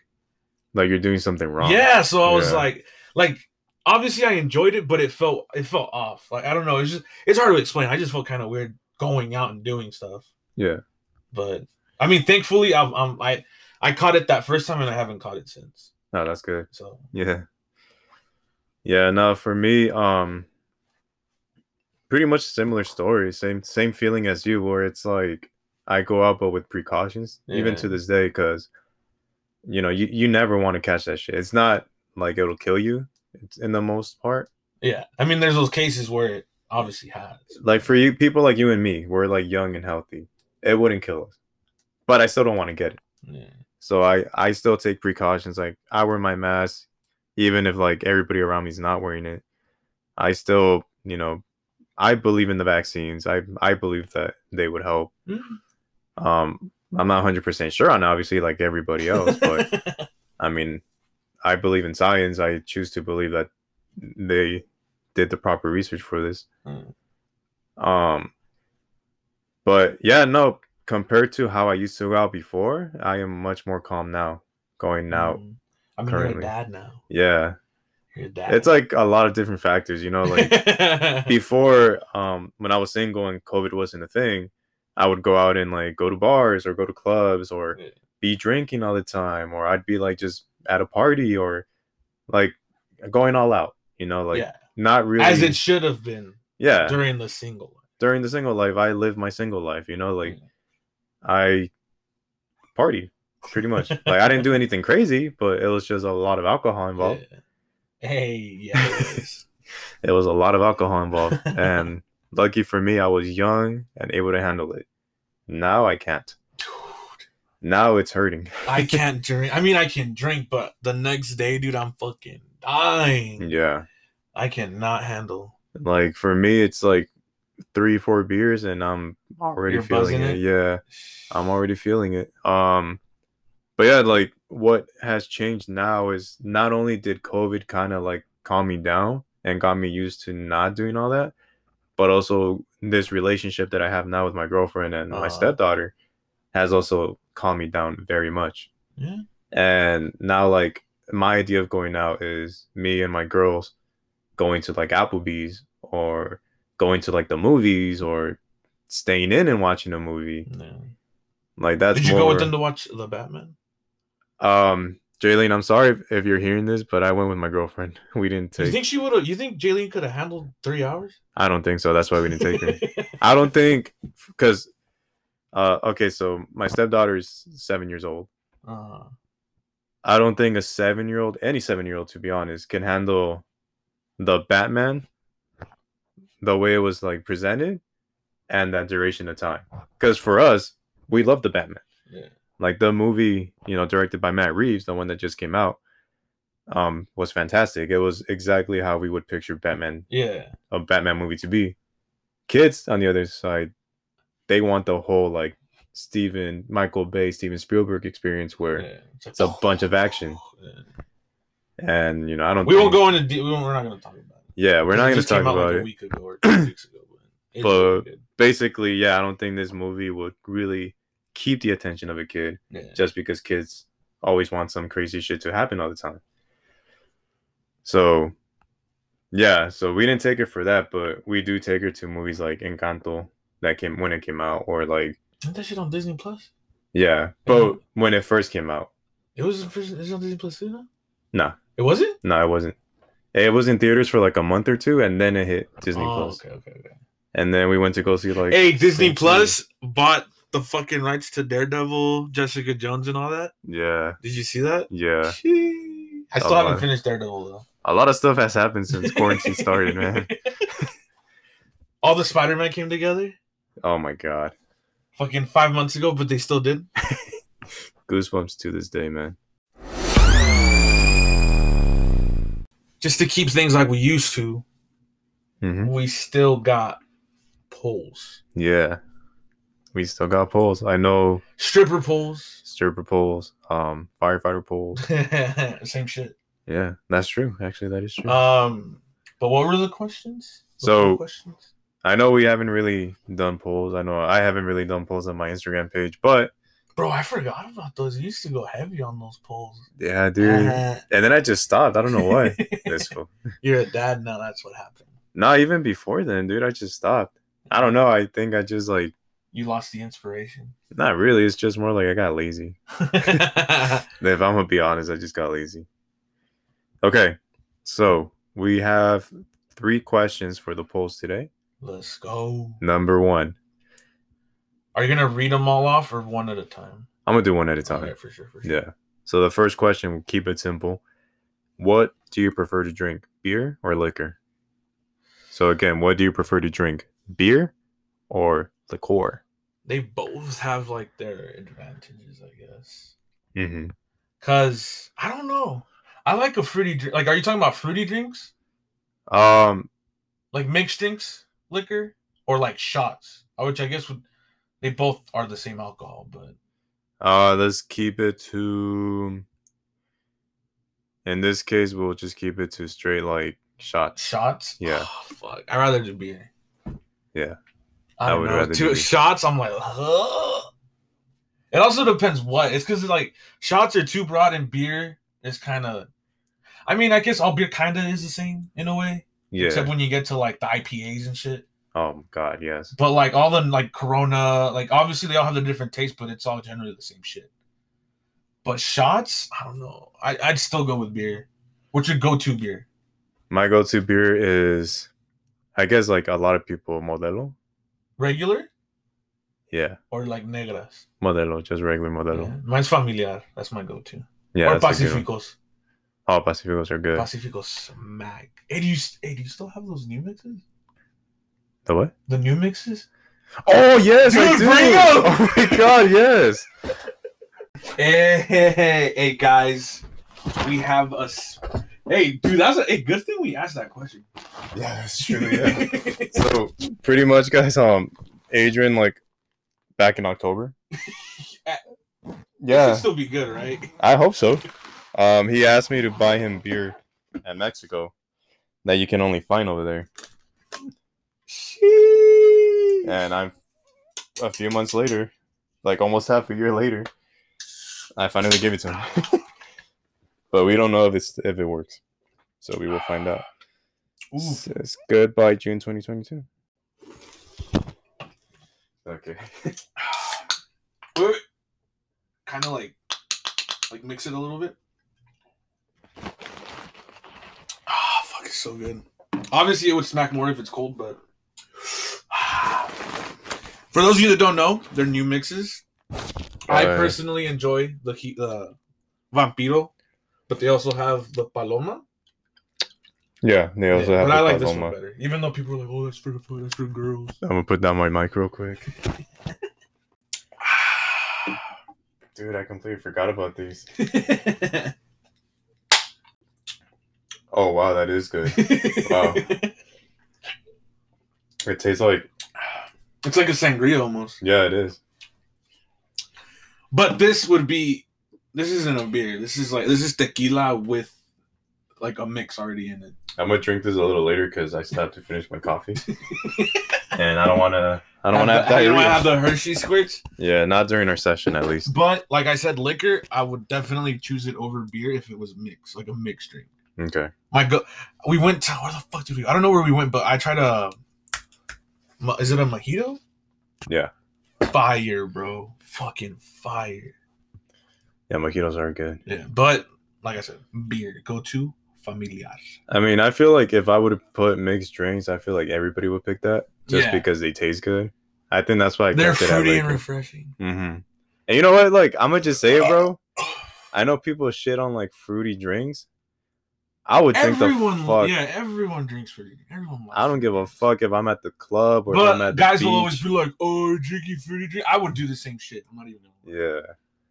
like you're doing something wrong.
yeah. So I was
Yeah.
like, like obviously I enjoyed it, but it felt it felt off. Like I don't know. It's just it's hard to explain. I just felt kind of weird going out and doing stuff.
Yeah.
But I mean, thankfully, I'm, I'm I I caught it that first time, and I haven't caught it since.
no, Oh, that's good.
So
Yeah. Yeah, no, for me, um pretty much similar story, same same feeling as you where it's like I go out but with precautions even
Yeah.
to this day cuz you know, you you never want to catch that shit. It's not like it'll kill you it's in the most part.
yeah, I mean, there's those cases where obviously has.
Like for you people like you and me, we're like young and healthy. It wouldn't kill us. But I still don't want to get it.
Yeah.
So I I still take precautions. Like I wear my mask, even if like everybody around me's not wearing it. I still, you know, I believe in the vaccines. I I believe that they would help. Um, I'm not 100 percent sure on obviously like everybody else, but I mean, I believe in science. I choose to believe that they did the proper research for this.
Mm.
Um, but yeah, no. Compared to how I used to go out before, I am much more calm now. Going out,
Mm. I mean, you're
currently.
a dad now.
yeah,
You're a dad.
it's like a lot of different factors, you know. Like before um when I was single and COVID wasn't a thing, I would go out and like go to bars or go to clubs or
Yeah.
be drinking all the time or I'd be like just at a party or like going all out, you know, like
yeah,
not really
as it should have been
yeah,
during the single.
during the single life, I live my single life, you know, like
Yeah.
I partied pretty much. like I didn't do anything crazy, but it was just a lot of alcohol involved.
Yeah. Hey, yeah, it is.
It was a lot of alcohol involved. and lucky for me, I was young and able to handle it. Now I can't.
Dude,
Now it's hurting.
I can't drink. I mean, I can drink, but the next day, dude, I'm fucking dying.
Yeah.
I cannot handle.
Like for me, it's like three, four beers and I'm
Oh,
already
You're
feeling
buzzing it?
it. Yeah. I'm already feeling it. Um, but yeah, like what has changed now is not only did COVID kind of like calm me down and got me used to not doing all that, but also this relationship that I have now with my girlfriend and my
Uh-huh.
stepdaughter has also calmed me down very much.
Yeah.
And now, like, my idea of going out is me and my girls going to like Applebee's or going to like the movies or staying in and watching a movie.
No.
Like, that's
Did you
more.
go with them to watch the Batman?
Um, Jaylene, I'm sorry if, if you're hearing this, but I went with my girlfriend. We didn't
Do you
take.
think she would have? You think Jaylene could have handled three hours?
I don't think so. That's why we didn't take her. I don't think because, uh, okay, so my stepdaughter is seven years old.
uh,
I don't think a seven year old, any seven year old, to be honest, can handle the Batman the way it was like presented and that duration of time. Because for us, we love the Batman.
Yeah.
Like the movie, you know, directed by Matt Reeves, the one that just came out, um, was fantastic. It was exactly how we would picture Batman,
yeah.
a Batman movie to be. Kids, on the other side, they want the whole like Steven, Michael Bay, Steven Spielberg experience where
yeah. oh,
it's a bunch of action.
Yeah.
and you know I don't.
We won't
think-
go into. de- We won't, we're not going to talk about it.
Yeah, we're not
It
going to
just came
talk
out, like,
about
A
it.
week ago or two weeks ago, but it's
But-
good.
Basically, yeah, I don't think this movie would really keep the attention of a kid
Yeah.
just because kids always want some crazy shit to happen all the time. So, yeah, so we didn't take her for that, but we do take her to movies like Encanto that came when it came out, or like
Isn't that shit on Disney Plus?
yeah, but when it first came out,
It was is it on Disney Plus too now?
Nah.
It wasn't?
no, it wasn't. It was in theaters for like a month or two, and then it hit Disney
oh,
Plus,
okay, okay, okay.
and then we went to go see like
Hey, Disney
Sing Two.
Plus bought the fucking rights to Daredevil, Jessica Jones, and all that.
Yeah,
Did you see that?
yeah.
Sheesh. I still
Oh,
haven't
my.
finished Daredevil though.
A lot of stuff has happened since quarantine started, man.
All the Spider-Man came together
Oh my god.
fucking five months ago, but they still did.
Goosebumps to this day, man.
Just to keep things like we used to,
hmm
we still got polls.
Yeah. We still got polls. I know
Stripper polls.
stripper polls, um, firefighter polls.
Same shit.
Yeah, that's true. Actually, that is true.
Um but what were the questions? What were the
So-
questions?
I know we haven't really done polls. I know I haven't really done polls on my Instagram page, but
Bro, I forgot about those. You used to go heavy on those polls.
yeah, dude.
Uh-huh.
And then I just stopped. I don't know why. this fool.
You're a dad now. That's what happened.
Not even before then, dude. I just stopped. I don't know. I think I just like
You lost the inspiration.
not really. It's just more like I got lazy. If I'm gonna be honest, I just got lazy. Okay, so we have three questions for the polls today.
Let's go.
Number one,
Are you gonna read them all off or one at a time?
I'm gonna do one at a time.
Okay, for sure. For sure.
Yeah. So the first question, we'll keep it simple. What do you prefer to drink, beer or liquor? So again, what do you prefer to drink? Beer or liqueur?
They both have like their advantages, I guess.
Mm-hmm.
Cause I don't know. I like a fruity drink. Like, are you talking about fruity drinks,
Um,
like mixed drinks, liquor, or like shots? Uh, Which I guess would they both are the same alcohol, but
uh, let's keep it to. In this case, we'll just keep it to straight like shots.
shots.
Yeah.
Oh, fuck. I rather do beer.
Yeah.
I,
I
don't
would
know.
rather
Two
do-
shots. I'm like, huh? It also depends what. It's because like shots are too broad, and beer is kind of. I mean, I guess all beer kind of is the same in a way, except
Yeah.
when you get to like the IPAs and shit.
Oh God, yes.
But like all the like Corona, like obviously they all have their different tastes, but it's all generally the same shit. But shots, I don't know. I, I'd still go with beer. What's your go-to beer?
My go-to beer is, I guess, like a lot of people, Modelo.
Regular
Yeah,
or like negras?
Modelo, just regular Modelo.
Yeah. Mine's familiar. That's my go-to.
Yeah,
or
that's a good one.
Pacificos.
Oh, Pacificos are good.
Pacificos smack. Hey, do you hey, do you still have those new mixes?
the what?
The new mixes?
Oh yes, I
Dude,
do.
bring 'em!
Oh my God, yes.
Hey, hey, hey, hey, guys, we have a. s- Hey, dude, that's a hey, good thing we asked that question.
Yeah, that's so pretty much, guys. Um, Adrian, like, back in October.
Yeah. It should
Yeah,
still be good, right?
I hope so. Um, he asked me to buy him beer at Mexico that you can only find over there,
Sheesh.
and I'm a few months later, like almost half a year later, I finally gave it to him. but we don't know if it's if it works, so we will find out.
Ooh,
It's, it's good by June 2022. Okay.
kind of like, like mix it a little bit. Ah, fuck, it's so good. Obviously, it would smack more if it's cold, but for those of you that don't know, they're new mixes. I
Alright.
personally enjoy the he- the Vampiro, but they also have the Paloma.
Yeah, they also
Yeah,
have
but
the
I like this
Paloma.
one better, even though people are like, "Oh, that's for that's for girls."
I'm gonna put down my mic real quick. Dude, I completely forgot about these. Oh wow, that is good. Wow. It tastes like
It's like a sangria almost.
yeah, it is.
But this would be this isn't a beer. This is like this is tequila with like a mix already in it.
I'm gonna drink this a little later because I still have to finish my coffee, and I don't wanna. I don't wanna have
You don't
diarrhea.
want to have the Hershey squirts.
yeah, not during our session at least.
But like I said, liquor, I would definitely choose it over beer if it was mixed, like a mixed drink.
Okay.
My go, we went to where the fuck did we? I don't know where we went, but I tried a. ma- Is it a mojito?
Yeah.
Fire, bro! Fucking fire!
Yeah, mojitos are good.
Yeah, but like I said, beer go to familiar.
I mean, I feel like if I would have put mixed drinks, I feel like everybody would pick that just
Yeah.
because they taste good. I think that's why I
They're
kept it at
fruity and
liquor.
refreshing.
Mm-hmm. And you know what? Like, I'm gonna just say it, bro. I know people shit on like fruity drinks. I would
Everyone,
think the fuck.
yeah, everyone drinks fruity. Everyone. Likes
I don't give a fuck if I'm at the club or if I'm
But
at the
guys will
beach.
always be like, "Oh, drinking fruity drink." I would do the same shit. I'm not even. Gonna lie.
Yeah,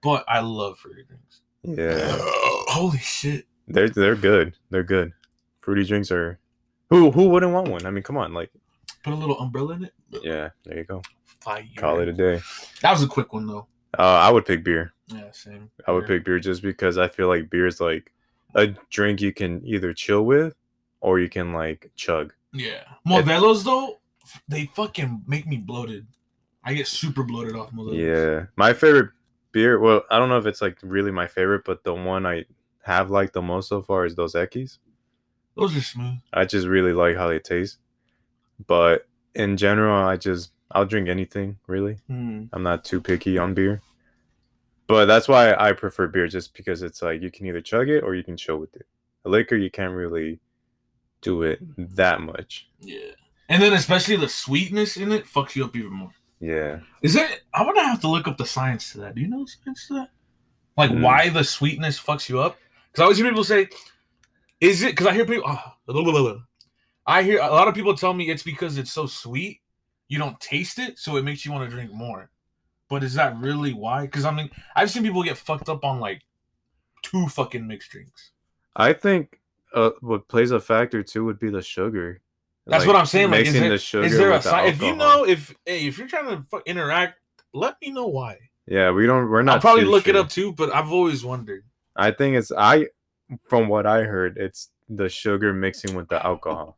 But I love fruity drinks.
yeah.
Holy shit!
They're they're good. They're good. Fruity drinks are. Who who wouldn't want one? I mean, come on, like
Put a little umbrella in it.
yeah. There you go.
Fire.
Call it a day.
That was a quick one though.
Uh, I would pick beer.
Yeah, same.
I would
Yeah.
pick beer just because I feel like beer is like a drink you can either chill with or you can like chug.
Yeah, Modelo's though, f- they fucking make me bloated. I get super bloated off Modelo's.
Yeah. My favorite beer, well, I don't know if it's like really my favorite, but the one I have liked the most so far is Dos Equis.
those are smooth.
I just really like how they taste. But in general, I just I'll drink anything, really. I'm not too picky on beer. But that's why I prefer beer just because it's like you can either chug it or you can chill with it. A liquor you can't really do it that much.
Yeah, and then especially the sweetness in it fucks you up even more.
Yeah.
Is it? I'm gonna have to look up the science to that. Do you know the science to that? Like
Mm.
why the sweetness fucks you up? Because I always hear people say, "Is it?" Because I hear people, oh, ah, blah, blah, blah, blah. I hear a lot of people tell me it's because it's so sweet, you don't taste it, so it makes you want to drink more. But is that really why? Because I mean, I've seen people get fucked up on like two fucking mixed drinks.
I think uh, what plays a factor too would be the sugar.
That's what I'm saying, like, is
mixing
there-
the sugar.
is there a
with the
sign? If you
alcohol.
know, if hey, if you're trying to fu- interact, let me know why.
yeah, we don't. We're not.
I'll probably
too
look it
sure.
up too, but I've always wondered.
I think it's I, from what I heard, it's the sugar mixing with the alcohol,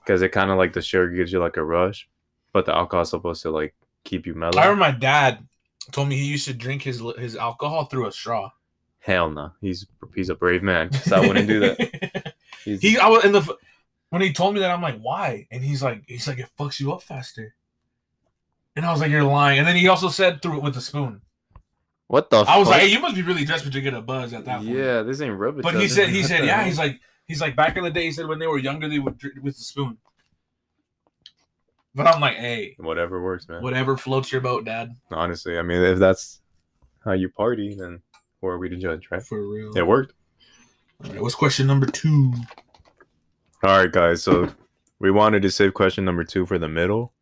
because it kind of like the sugar gives you like a rush, but the alcohol is supposed to like keep you mellow.
I remember my dad told me he used to drink his his alcohol through a straw.
Hell no, he's he's a brave man. 'cause I wouldn't do that. He's-
he, I was in the f- when he told me that, I'm like, why? And he's like, he's like, it fucks you up faster. And I was like, you're lying. And then he also said through it with a spoon.
what the?
I was
fuck?
like, hey, you must be really desperate to get a buzz at that point.
yeah, this ain't rubber.
But he said, he said, yeah. He's like, he's like, back in the day, he said when they were younger, they would drink with the spoon. But I'm like, hey,
whatever works, man.
whatever floats your boat, Dad.
Honestly, I mean, if that's how you party, then who are we to judge, right?
For real.
It worked.
All right, what's question number two?
All right, guys. So we wanted to save question number two for the middle.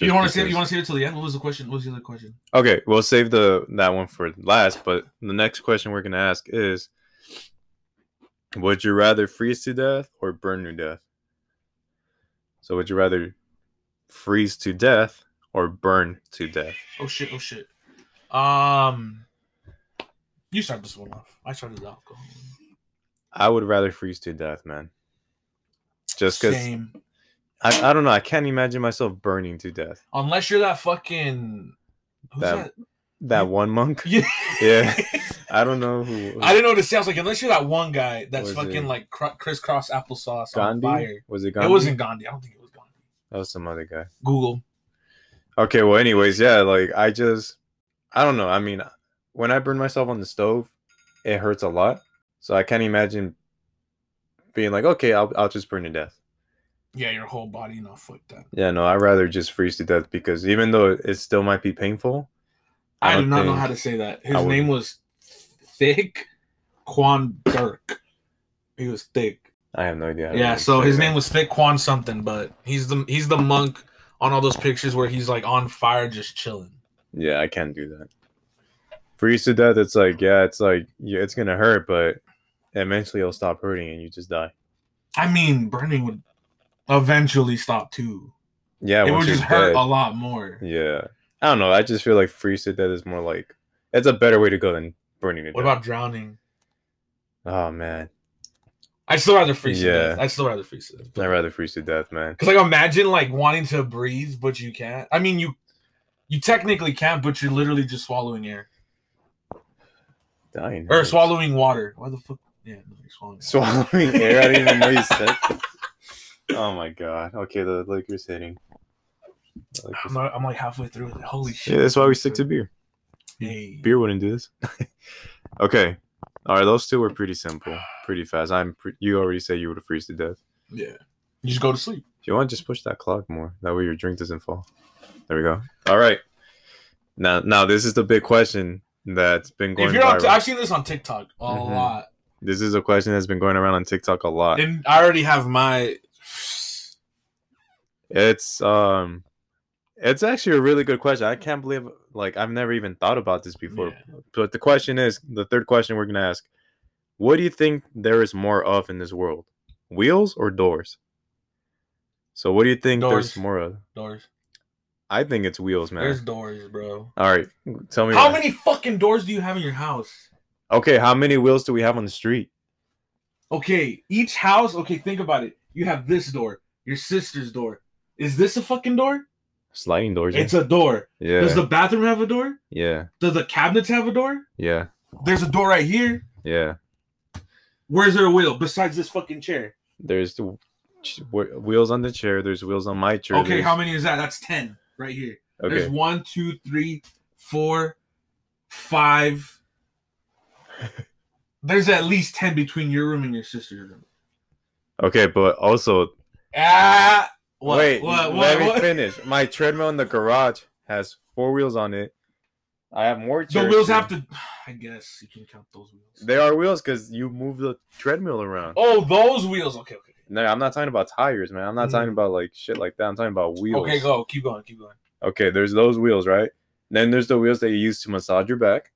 you
just
want to save?
because-
You want to save it till the end? What was the question? What was the other question?
Okay, we'll save the that one for last, but the next question we're gonna ask is Would you rather freeze to death or burn to death? So would you rather freeze to death or burn to death?
Oh shit! Oh shit! Um, you start this one off. I started the alcohol.
I would rather freeze to death, man. Just because
Same.
I, I don't know, I can't imagine myself burning to death.
Unless you're that fucking. Who's that?
That- That one monk,
Yeah.
Yeah. I don't know who
I didn't know what to say. I was like, unless you're that one guy that's
Was
fucking
it-
like cr- crisscross applesauce
Gandhi
on fire.
was it Gandhi?
It wasn't Gandhi. I don't think it was Gandhi.
That was some other guy.
Google.
Okay, well, anyways, yeah, like I just, I don't know. I mean, when I burn myself on the stove, it hurts a lot. So I can't imagine being like, okay, I'll, I'll just burn to death.
Yeah, your whole body. No, fuck that.
Yeah, no, I'd rather just freeze to death because even though it still might be painful,
I, do
don't
not know
think-
how to say that.
I
His
would-
name was Thick Quan Dirk. He was thick.
I have no idea. how to
Yeah,
really
so
say
his
that.
name was Thick Quan something, but he's the he's the monk on all those pictures where he's like on fire just chilling.
Yeah, I can't do that. Freeze to death, it's like, yeah, it's like, yeah, it's gonna hurt, but eventually it'll stop hurting and you just die.
I mean, burning would eventually stop too.
Yeah,
it
once
would
you're
just hurt
dead.
a lot more.
Yeah. I don't know. I just feel like freeze to death is more like it's a better way to go than burning to
What
death.
about drowning?
oh man.
I'd still rather freeze
Yeah.
to death. I'd still rather freeze to death.
I'd rather freeze to death, man.
Cause like imagine like wanting to breathe but you can't. I mean you you technically can, but you're literally just swallowing air.
Dying.
Or
hurts.
swallowing water. Why the fuck yeah, no, you're swallowing water.
swallowing air. I didn't even know you said. that. Oh my god. Okay, the Lakers hitting. The Lakers-
I'm, not, I'm like halfway through it. Holy shit.
Yeah, that's why we stick to beer.
hey.
Beer wouldn't do this. okay. All right, those two were pretty simple, pretty fast. I'm. Pre- you already said you would have freeze to death.
Yeah. You just go to sleep.
If you want, just push that clock more. That way your drink doesn't fall. There we go. All right. Now, now this is the big question that's been going
if you're on,
viral.
t- I've seen this on TikTok a
Mhm.
lot,
this is a question that's been going around on TikTok a lot.
and I already have my.
It's um, it's actually a really good question. I can't believe like I've never even thought about this before.
Yeah.
But the question is, the third question we're gonna ask: What do you think there is more of in this world, wheels or doors? So, what do you think
Doors.
there's more of?
doors.
I think it's wheels, man.
There's doors, bro.
All right, tell me
How
why.
many fucking doors do you have in your house?
Okay, how many wheels do we have on the street?
Okay, each house. Okay, think about it. You have this door, your sister's door. Is this a fucking door?
Sliding doors. yeah.
It's a door.
yeah,
Does the bathroom have a door?
yeah,
Does the cabinets have a door?
yeah,
There's a door right here.
yeah.
Where's there a wheel besides this fucking chair?
There's the ch- wh- wheels on the chair. There's wheels on my chair.
Okay,
there's-
how many is that? That's ten right here. There's
Okay,
one, two, three, four, five. There's at least ten between your room and your sister's room.
okay, but also
Ah, what?
wait,
what?
let
What?
me
what?
finish. My treadmill in the garage has four wheels on it. I have more.
The
chairs
wheels
than-
have to. I guess you can count those wheels.
They are wheels because you move the treadmill around.
Oh, those wheels. Okay, okay.
No, I'm not talking about tires, man. I'm not
Mhm.
talking about like shit like that. I'm talking about wheels.
Okay, go. Keep going. Keep going.
Okay, there's those wheels, right? Then there's the wheels that you use to massage your back.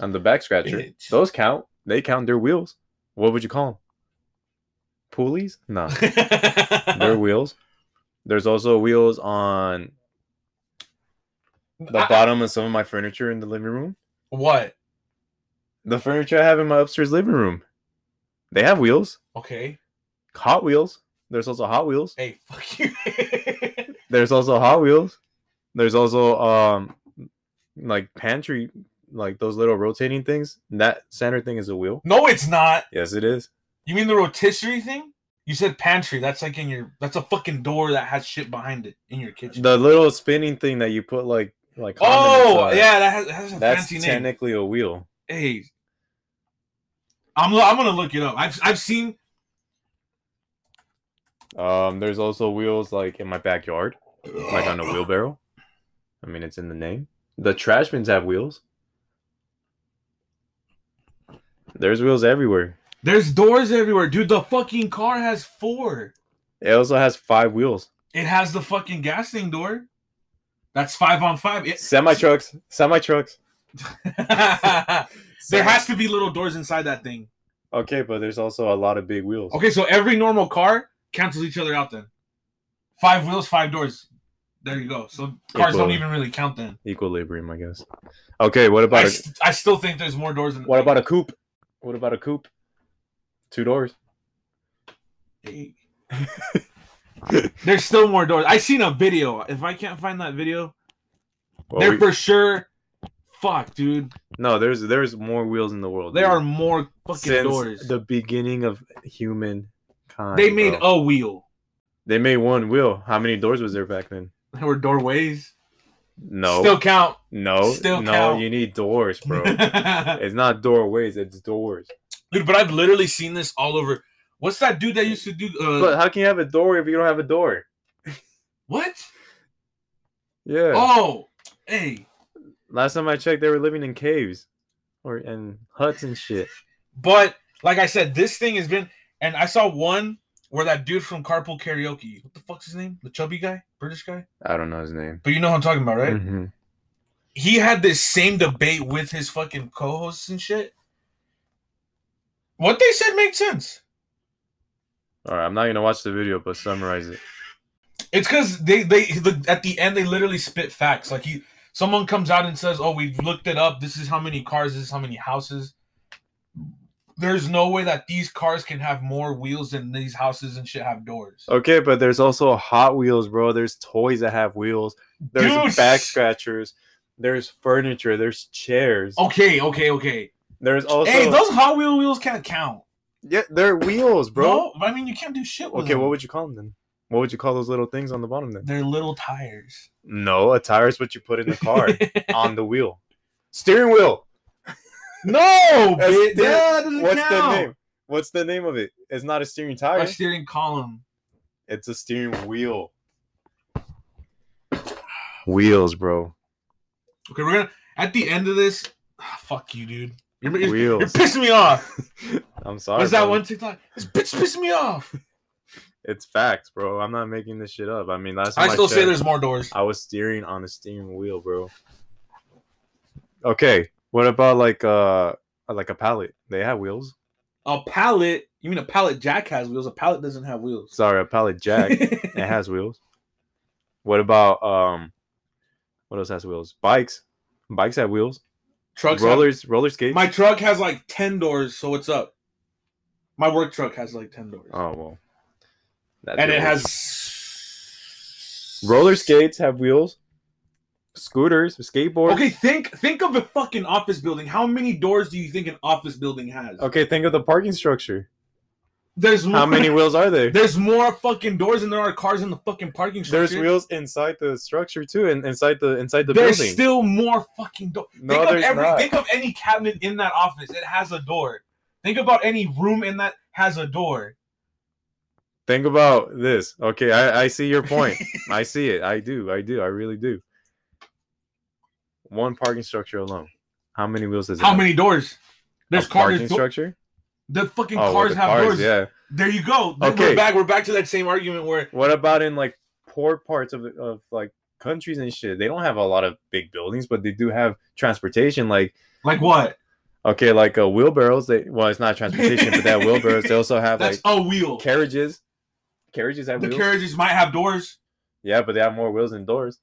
And the back scratcher.
Bitch.
Those count. They count their wheels. What would you call them? Pulleys? Nah. They're wheels. There's also wheels on the
I-
bottom of some of my furniture in the living room.
what?
The furniture I have in my upstairs living room. They have wheels.
Okay.
Hot Wheels. There's also Hot Wheels.
Hey, fuck you.
There's also Hot Wheels. There's also um like pantry like those little rotating things. That center thing is a wheel.
no, it's not.
Yes, it is.
You mean the rotisserie thing? You said pantry. That's like in your. That's a fucking door that has shit behind it in your kitchen.
The little spinning thing that you put like like condiments
oh
on.
yeah, that has, that has a
That's
fancy name.
technically a wheel.
Hey, I'm lo- I'm gonna look it up. I've I've seen.
Um there's also wheels like in my backyard, like on a wheelbarrow. I mean, it's in the name. The trash bins have wheels. There's wheels everywhere.
There's doors everywhere, dude. The fucking car has four.
It also has five wheels.
It has the fucking gas thing door. That's five on five. It-
Semi trucks, semi trucks.
there has to be little doors inside that thing.
Okay, but there's also a lot of big wheels.
Okay, so every normal car cancels each other out then. Five wheels, five doors. There you go. So cars don't
Equal.
even really count then.
Equilibrium, I guess. Okay, what
I,
about a,
st- I still think there's more doors than
what about a coupe? What about a coupe? Two doors.
there's still more doors. I seen a video. If I can't find that video,
Well,
they're
we-
for sure. Fuck, dude.
no, there's there's more wheels in the world.
There
dude.
are more fucking
Since
doors.
the beginning of human kind.
they made
bro.
a wheel.
they made one wheel. How many doors was there back then?
There were doorways.
No,
Still count.
no,
still
no.
count.
You need doors, bro.
Dude,
it's not doorways. It's doors.
but I've literally seen this all over. What's that dude that used to do? Uh,
But how can you have a door if you don't have a door?
what?
Yeah.
Oh, hey.
Last time I checked, they were living in caves or in huts and shit.
But like I said, this thing has been, and I saw one where that dude from Carpool Karaoke, what the fuck's his name? The chubby guy, British guy.
I don't know his name.
But you know who I'm talking about, right?
Mhm.
He had this same debate with his fucking co-hosts and shit. What they said made sense.
All right, I'm not gonna watch the video, but summarize it.
It's because they they the, at the end they literally spit facts. Like he, someone comes out and says, "Oh, we've looked it up. This is how many cars. This is how many houses." There's no way that these cars can have more wheels than these houses and shit have doors.
Okay, but there's also Hot Wheels, bro. There's toys that have wheels. There's
Dude, sh-
back scratchers. There's furniture. There's chairs.
Okay, okay, okay.
There's also
Oh, hey, those Hot Wheel wheels can't count,
yeah, they're wheels, bro.
bro. I mean, you can't do shit with
okay,
them.
what would you call them then? What would you call those little things on the bottom then?
They're little tires.
No, a tire is what you put in the car on the wheel. Steering wheel.
no,
That's
bitch.
the-
that doesn't
What's
count.
the name? What's the name of it? It's not a steering tire.
A steering column.
It's a steering wheel. Wheels, bro.
Okay, we're gonna at the end of this. ah, fuck you, dude. You're, you're, you're
Wheels.
pissing me off.
I'm sorry.
What's that
bro.
one TikTok? This bitch pissed me off.
It's facts, bro. I'm not making this shit up. I mean, last time
I
I
still say
checked,
there's more doors.
I was steering on a steering wheel, bro. Okay, what about like uh like a pallet? They have wheels.
A pallet. You mean a pallet jack has wheels? A pallet doesn't have wheels.
Sorry, a pallet jack. it has wheels. What about um what else has wheels? Bikes. Bikes have wheels.
Trucks. have-
Rollers, roller skates.
my truck has like ten doors. So what's up? My work truck has like ten doors.
Oh well. That'd
and
be
it
wheels.
has
roller skates have wheels. Scooters, skateboards.
Okay, think think of a fucking office building. How many doors do you think an office building has?
Okay, think of the parking structure.
There's more,
How many wheels are there?
There's more fucking doors than there are cars in the fucking parking structure.
There's wheels inside the structure too, and inside the inside the
There's
building.
still more fucking doors.
no,
think of
there's
every
not.
think of any cabinet in that office. It has a door. Think about any room in that has a door.
Think about this. Okay, I, I see your point. I see it. I do. I do. I really do. One parking structure alone. How many wheels is
How many doors? There's
parking
cars.
structure.
The fucking
Oh,
cars
with the
have
cars,
doors.
yeah.
There you go. Then We're
Okay.
back. We're back to that same argument where
What about in like poor parts of of like countries and shit? They don't have a lot of big buildings, but they do have transportation. Like
like what?
okay, like uh, wheelbarrows. They well, it's not transportation, but they have wheelbarrows. They also have
That's
like
a wheel.
carriages. Carriages have
the
wheels.
carriages might have doors.
yeah, but they have more wheels than doors.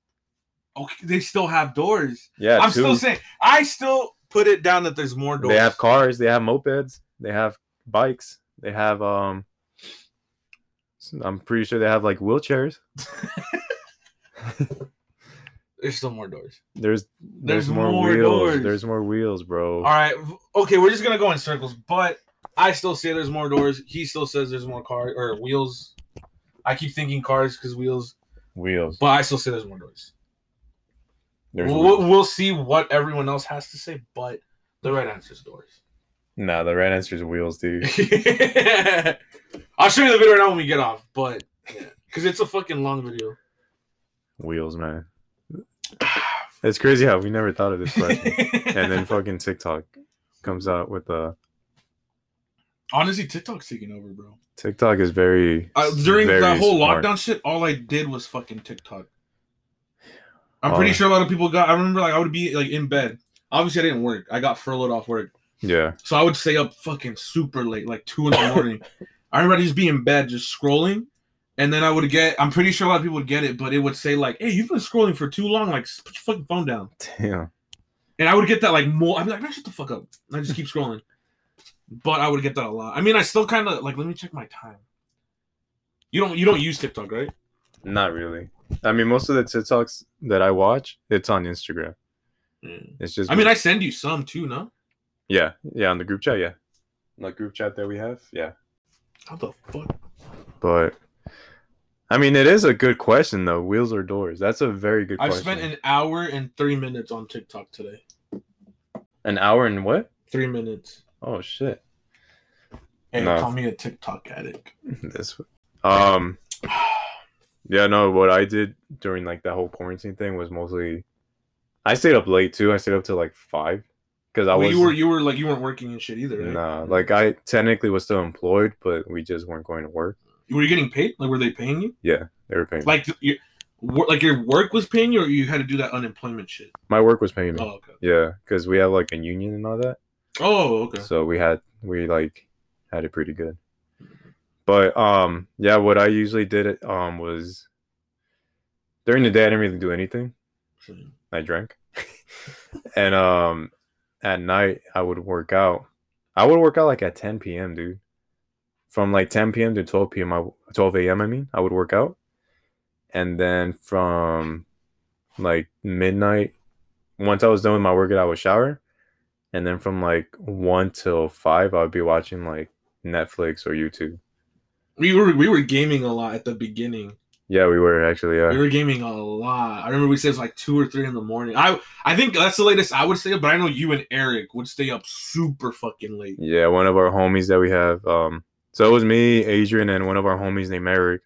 Okay, they still have doors.
Yeah,
I'm
two.
still saying I still put it down that there's more doors.
They have cars. They have mopeds. They have bikes. They have um. I'm pretty sure they have like wheelchairs.
there's still more doors.
There's there's,
There's
more,
more
wheels.
doors.
There's more wheels, bro.
All right. v- Okay, we're just gonna go in circles, but I still say there's more doors. He still says there's more cars or wheels. I keep thinking cars because wheels,
Wheels.
but I still say there's more doors.
There's
We'll,
wheels.
we'll- we'll see what everyone else has to say, but the right answer is doors.
Nah, the right answer is wheels, dude.
I'll show you the video right now when we get off, but because it's a fucking long video.
wheels, man. It's crazy how we never thought of this question. and then fucking TikTok comes out with uh, a
honestly, TikTok's taking over, bro.
TikTok is very
Uh, during
very
that whole
smart.
lockdown shit, all I did was fucking TikTok. I'm pretty
Oh.
sure a lot of people got. I remember like I would be like in bed. Obviously, I didn't work. I got furloughed off work,
Yeah,
so I would stay up fucking super late, like two in the morning. I remember I'd just be in bed, just scrolling, and then I would get. I'm pretty sure a lot of people would get it, but it would say like, "Hey, you've been scrolling for too long. Like, s- put your fucking phone down."
damn.
And I would get that like more. I'd be like, man, shut the fuck up. And I just keep scrolling. But I would get that a lot. I mean, I still kind of like. Let me check my time. You don't. You don't use TikTok, right?
Not really. I mean, most of the TikToks that I watch, it's on Instagram. It's just
I mean, I send you some too. No.
yeah, yeah, on the group chat, yeah, the group chat that we have, yeah.
How the fuck?
But I mean, it is a good question though. Wheels or doors? That's a very good
I've
question.
spent an hour and three minutes on TikTok today.
an hour and what?
Three minutes.
Oh shit!
Hey,
No.
call me a TikTok addict.
This um yeah no what I did during like that whole quarantine thing was mostly I stayed up late too. I stayed up till like five because I
Well,
was
you were you were like you weren't working and shit either. Right?
nah like I technically was still employed, but we just weren't going to work.
Were you getting paid? Like, were they paying you?
They were paying. me.
Like, th- your wor- like your work was paying you, or you had to do that unemployment shit?
my work was paying me.
Oh, okay.
Yeah, because we have like a union and all that.
Oh, okay.
So we had we like had it pretty good. But um yeah, what I usually did um was during the day I didn't really do anything. I drank. and um at night I would work out. I would work out like at 10 p.m., dude. From like 10 p.m. to 12 p.m. I, 12 a.m. I mean, I would work out. And then from like midnight, once I was done with my workout, I would shower. And then from like 1 till 5, I would be watching like Netflix or YouTube.
We were we were gaming a lot at the beginning.
Yeah, we were actually.
We
Yeah.
were gaming a lot. I remember we stayed up like two or three in the morning. I I think that's the latest I would stay up, but I know you and Eric would stay up super fucking late.
Yeah, one of our homies that we have. Um, so it was me, Adrian, and one of our homies named Eric.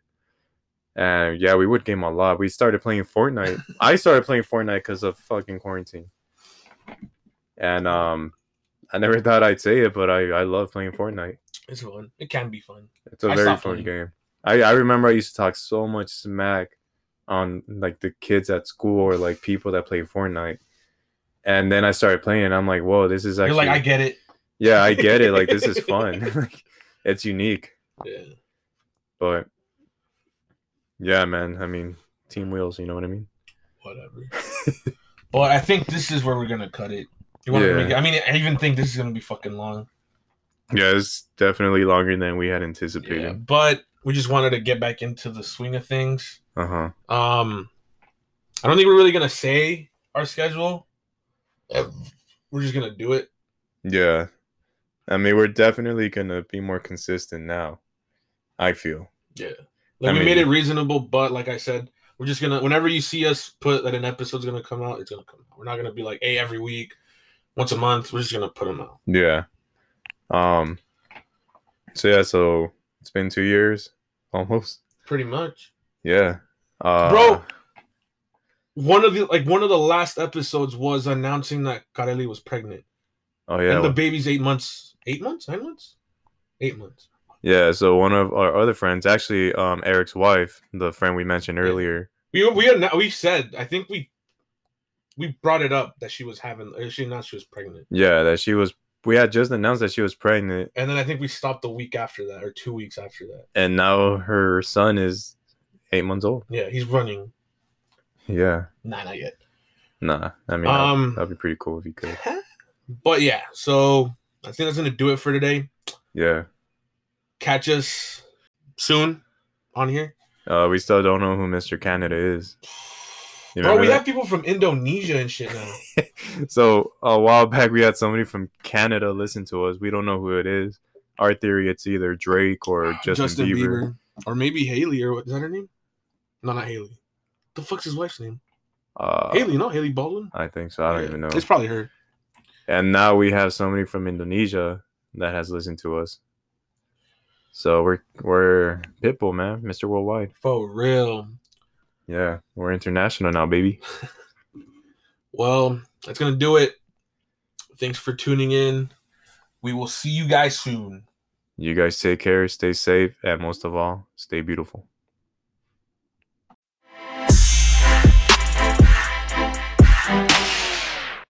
And yeah, we would game a lot. We started playing Fortnite. I started playing Fortnite because of fucking quarantine. And um, I never thought I'd say it, but I I love playing Fortnite.
It's fun. It can be fun.
It's a
I
very
stopped
fun
playing.
game. I I remember I used to talk so much smack on like the kids at school or like people that play Fortnite. And then I started playing, and I'm like, whoa, this is actually
You're like, I get it.
yeah, I get it. Like this is fun. like it's unique,
Yeah.
but yeah, man. I mean, Team Wheels. You know what I mean?
Whatever. but I think this is where we're gonna cut it. You want to
Yeah.
make it? I mean, I even think this is gonna be fucking long.
Yeah, it's definitely longer than we had
Yeah.
anticipated.
But we just wanted to get back into the swing of things.
Uh huh.
Um, I don't think we're really gonna say our schedule. We're just gonna do it.
Yeah, I mean, we're definitely gonna be more consistent now. I feel.
Yeah. Like
I
we
mean-
made it reasonable, but like I said, we're just gonna whenever you see us put that an episode's gonna come out, it's gonna come out. We're not gonna be like, hey, every week, once a month. We're just gonna put them out.
Yeah. Um. So yeah, so it's been two years almost.
Pretty much.
Yeah. Uh,
Bro. One of the like one of the last episodes was announcing that Kareli was pregnant.
Oh yeah.
And the baby's eight months. Eight months? Nine months? Eight months.
Yeah, so one of our other friends, actually um, Eric's wife, the friend we mentioned
Yeah.
earlier.
We we had not, we said I think we we brought it up that she was having or she not she was pregnant,
Yeah, that she was. We had just announced that she was pregnant,
and then I think we stopped a week after that or two weeks after that.
and now her son is eight months old.
Yeah, he's running.
Yeah,
Nah, not yet.
nah. I mean, that'd-
Um,
that'd be pretty cool if you could.
but yeah, so I think that's gonna do it for today.
Yeah.
Catch us soon on here.
Uh, we still don't know who Mr. Canada is. You
Bro,
remember
we
that?
have people from Indonesia and shit now.
so a while back we had somebody from Canada listen to us. We don't know who it is. Our theory it's either Drake or Justin, Bieber.
Or maybe Haley, or what is that her name? No, not Haley. The fuck's his wife's name?
Uh,
Haley, no, Haley Baldwin.
I think so. I don't
Yeah,
even know.
It's probably her.
And now we have somebody from Indonesia that has listened to us. So we're we're Pitbull, man, Mr. Worldwide.
For real.
Yeah, we're international now, baby.
Well, that's gonna do it. Thanks for tuning in. We will see you guys soon.
You guys take care, stay safe, and most of all, stay beautiful.